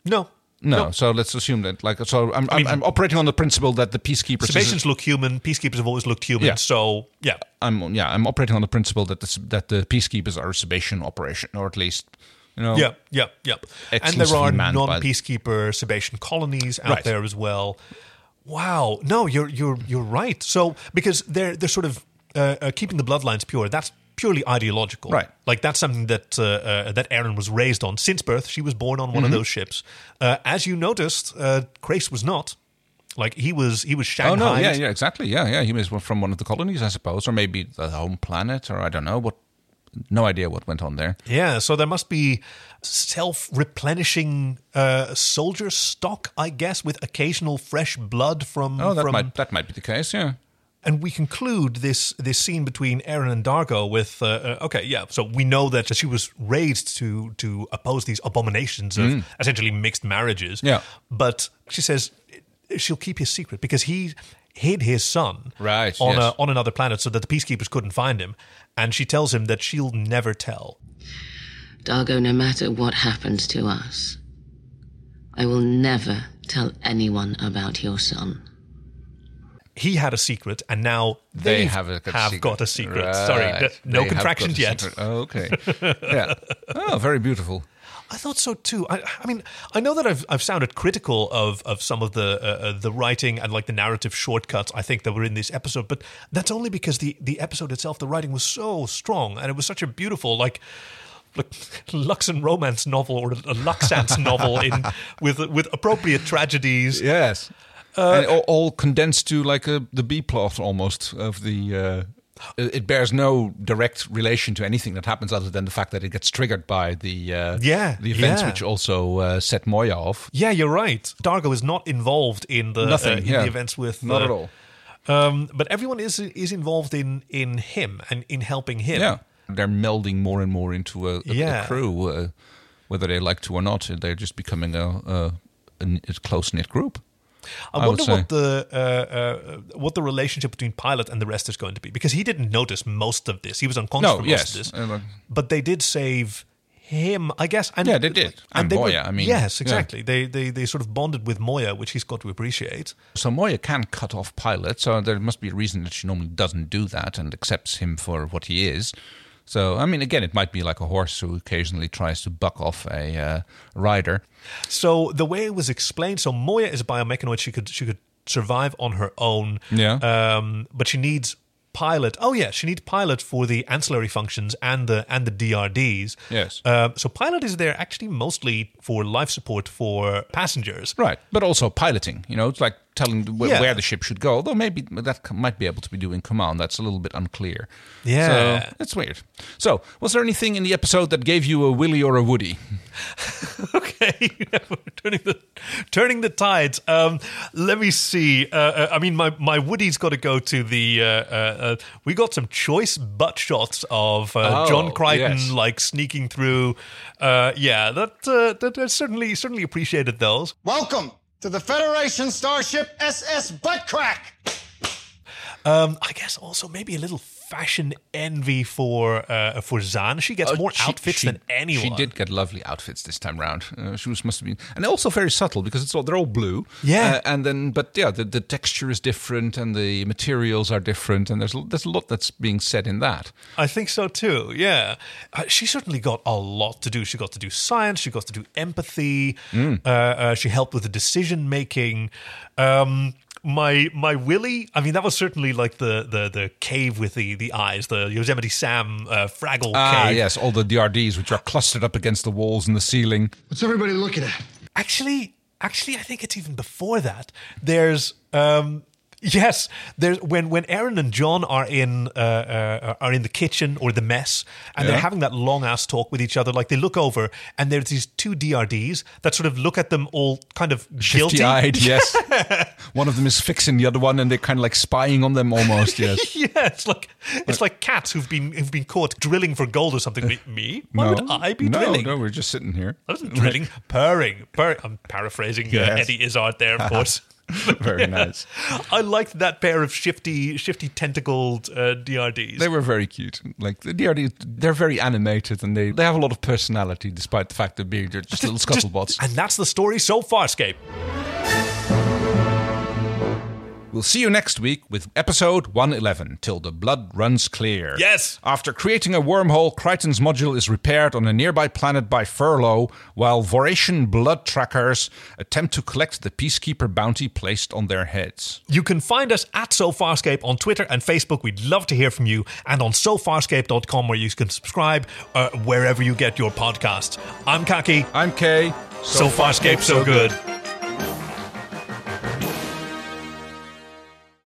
no, No. So let's assume that. Like, so I'm, I'm, I am mean- i am operating on the principle that the peacekeeper Sebastians look human. Peacekeepers have always looked human. Yeah. So yeah, I'm yeah, I'm operating on the principle that the, that the peacekeepers are a Sebastian operation, or at least you know. yeah, yeah, yeah. And excellently there are manned by- non-peacekeeper Sebastian colonies out Right. there as well. Wow. No, you're you're you're right. So because they're they're sort of uh, uh, keeping the bloodlines pure. That's purely ideological, Right. Like that's something that uh, uh, that Erin was raised on since birth. She was born on one of Mhm. those ships. Uh, as you noticed, uh, Grace was not. Like he was he was Oh Shanghai. no! Yeah, yeah, exactly. Yeah, yeah. He was from one of the colonies, I suppose, or maybe the home planet, or I don't know what. No idea what went on there. Yeah, so there must be self replenishing uh, soldier stock, I guess, with occasional fresh blood from. Oh, that from might that might be the case. Yeah. And we conclude this this scene between Aaron and Dargo with uh, uh, okay, yeah. So we know that she was raised to to oppose these abominations of Mm. essentially mixed marriages. Yeah. but she says she'll keep his secret because he hid his son Right, on yes. a, on another planet so that the peacekeepers couldn't find him. And she tells him that she'll never tell. Dargo, no matter what happens to us, I will never tell anyone about your son. he had a secret, and now They they have a good secret. got a secret. Right. Sorry, d- no They have got contractions a yet. secret. Oh, okay. Yeah. Oh, very beautiful. I thought so too. I, I mean, I know that I've, I've sounded critical of, of some of the uh, uh, the writing and like the narrative shortcuts. I think that were in this episode, but that's only because the the episode itself, the writing was so strong, and it was such a beautiful like. Like Lux and romance novel or a Luxance novel in with with appropriate tragedies. Yes. Uh, and all, all condensed to like a, the B plot almost of the. Uh, it it bears no direct relation to anything that happens other than the fact that it gets triggered by the uh, Yeah, the events yeah. which also uh, set Moya off. Yeah, you're right. Dargo is not involved in the Nothing, uh, in yeah. the events with Not uh, at all. Um, but everyone is is involved in in him and in helping him. Yeah, they're melding more and more into a, a, a Yeah. crew, uh, whether they like to or not. They're just becoming a, a, a, close knit group. I, would wonder say. what the uh, uh, what the relationship between Pilot and the rest is going to be because he didn't notice most of this. He was unconscious No, for yes. most of this. Uh, like- but they did save him, I guess. And, Yeah, they did. And Moya, I mean, yes, yeah. exactly. They, they they sort of bonded with Moya, which he's got to appreciate. So Moya can cut off Pilot, so there must be a reason that she normally doesn't do that and accepts him for what he is. So, I mean, again, it might be like a horse who occasionally tries to buck off a uh, rider. So the way it was explained, so Moya is a biomechanoid. She could she could survive on her own. Yeah. Um, but she needs pilot. Oh yeah, she needs pilot for the ancillary functions and the and the DRDs. Yes. Uh, so pilot is there actually mostly for life support for passengers. Right, but also piloting, you know, it's like telling wh- Yeah. where the ship should go, although maybe that c- might be able to be doing command. That's a little bit unclear. Yeah. So, it's weird. So, was there anything in the episode that gave you a Willy or a Woody? okay, turning the turning the tides. Um, let me see. Uh, Uh, I mean, my my Woody's got to go to the. Uh, uh, uh, we got some choice butt shots of uh, Oh, John Crichton yes. like sneaking through. Uh, yeah, that, uh, that that certainly certainly appreciated those. Welcome to the Federation Starship SS Buttcrack. Um, I guess also maybe a little fashion envy for uh, for Zan. She gets Oh, more she- outfits she- than anyone. She did get lovely outfits this time round. Uh, she was must have been, and also very subtle because it's all they're all blue. Yeah. Uh, and then but yeah, the, the texture is different and the materials are different, and there's a- there's a lot that's being said in that. I think so too. Yeah, uh, she certainly got a lot to do. She got to do science. She got to do empathy. Mm. Uh, uh, she helped with the decision making. Um, my my Willie. I mean, that was certainly like the the the cave with the the eyes, the Yosemite Sam uh, Fraggle Ah, cave. yes, all the DRDs which are clustered up against the walls and the ceiling. What's everybody looking at? Actually, actually, I think it's even before that. There's um, yes, there's when when Aaron and John are in uh, uh, are in the kitchen or the mess, and they're Yeah. having that long ass talk with each other. Like they look over, and there's these two DRDs that sort of look at them all kind of guilty Shifty-eyed, yes. one of them is fixing the other one, and they're kind of like spying on them almost. Yes. yeah, it's like it's like cats who've been who've been caught drilling for gold or something. Me- Me? Why Uh, no, would I be no, drilling? No, we're just sitting here. I wasn't drilling, purring, purring. I'm paraphrasing uh, Yes. Eddie Izzard there, of course. Very nice. I liked that pair of shifty, shifty tentacled uh, DRDs. They were very cute. Like the DRD, they're very animated and they, they have a lot of personality, despite the fact that being they're just little scuttlebots. and that's the story so far, Scape. We'll see you next week with episode 111 till the blood runs clear. Yes. After creating a wormhole, Crichton's module is repaired on a nearby planet by Furlough, while Voratian blood trackers attempt to collect the peacekeeper bounty placed on their heads. You can find us at SoFarscape on Twitter and Facebook. We'd love to hear from you. And on SoFarscape.com, where you can subscribe uh, wherever you get your podcasts. I'm Kaki. I'm Kay. So, Farscape, so good.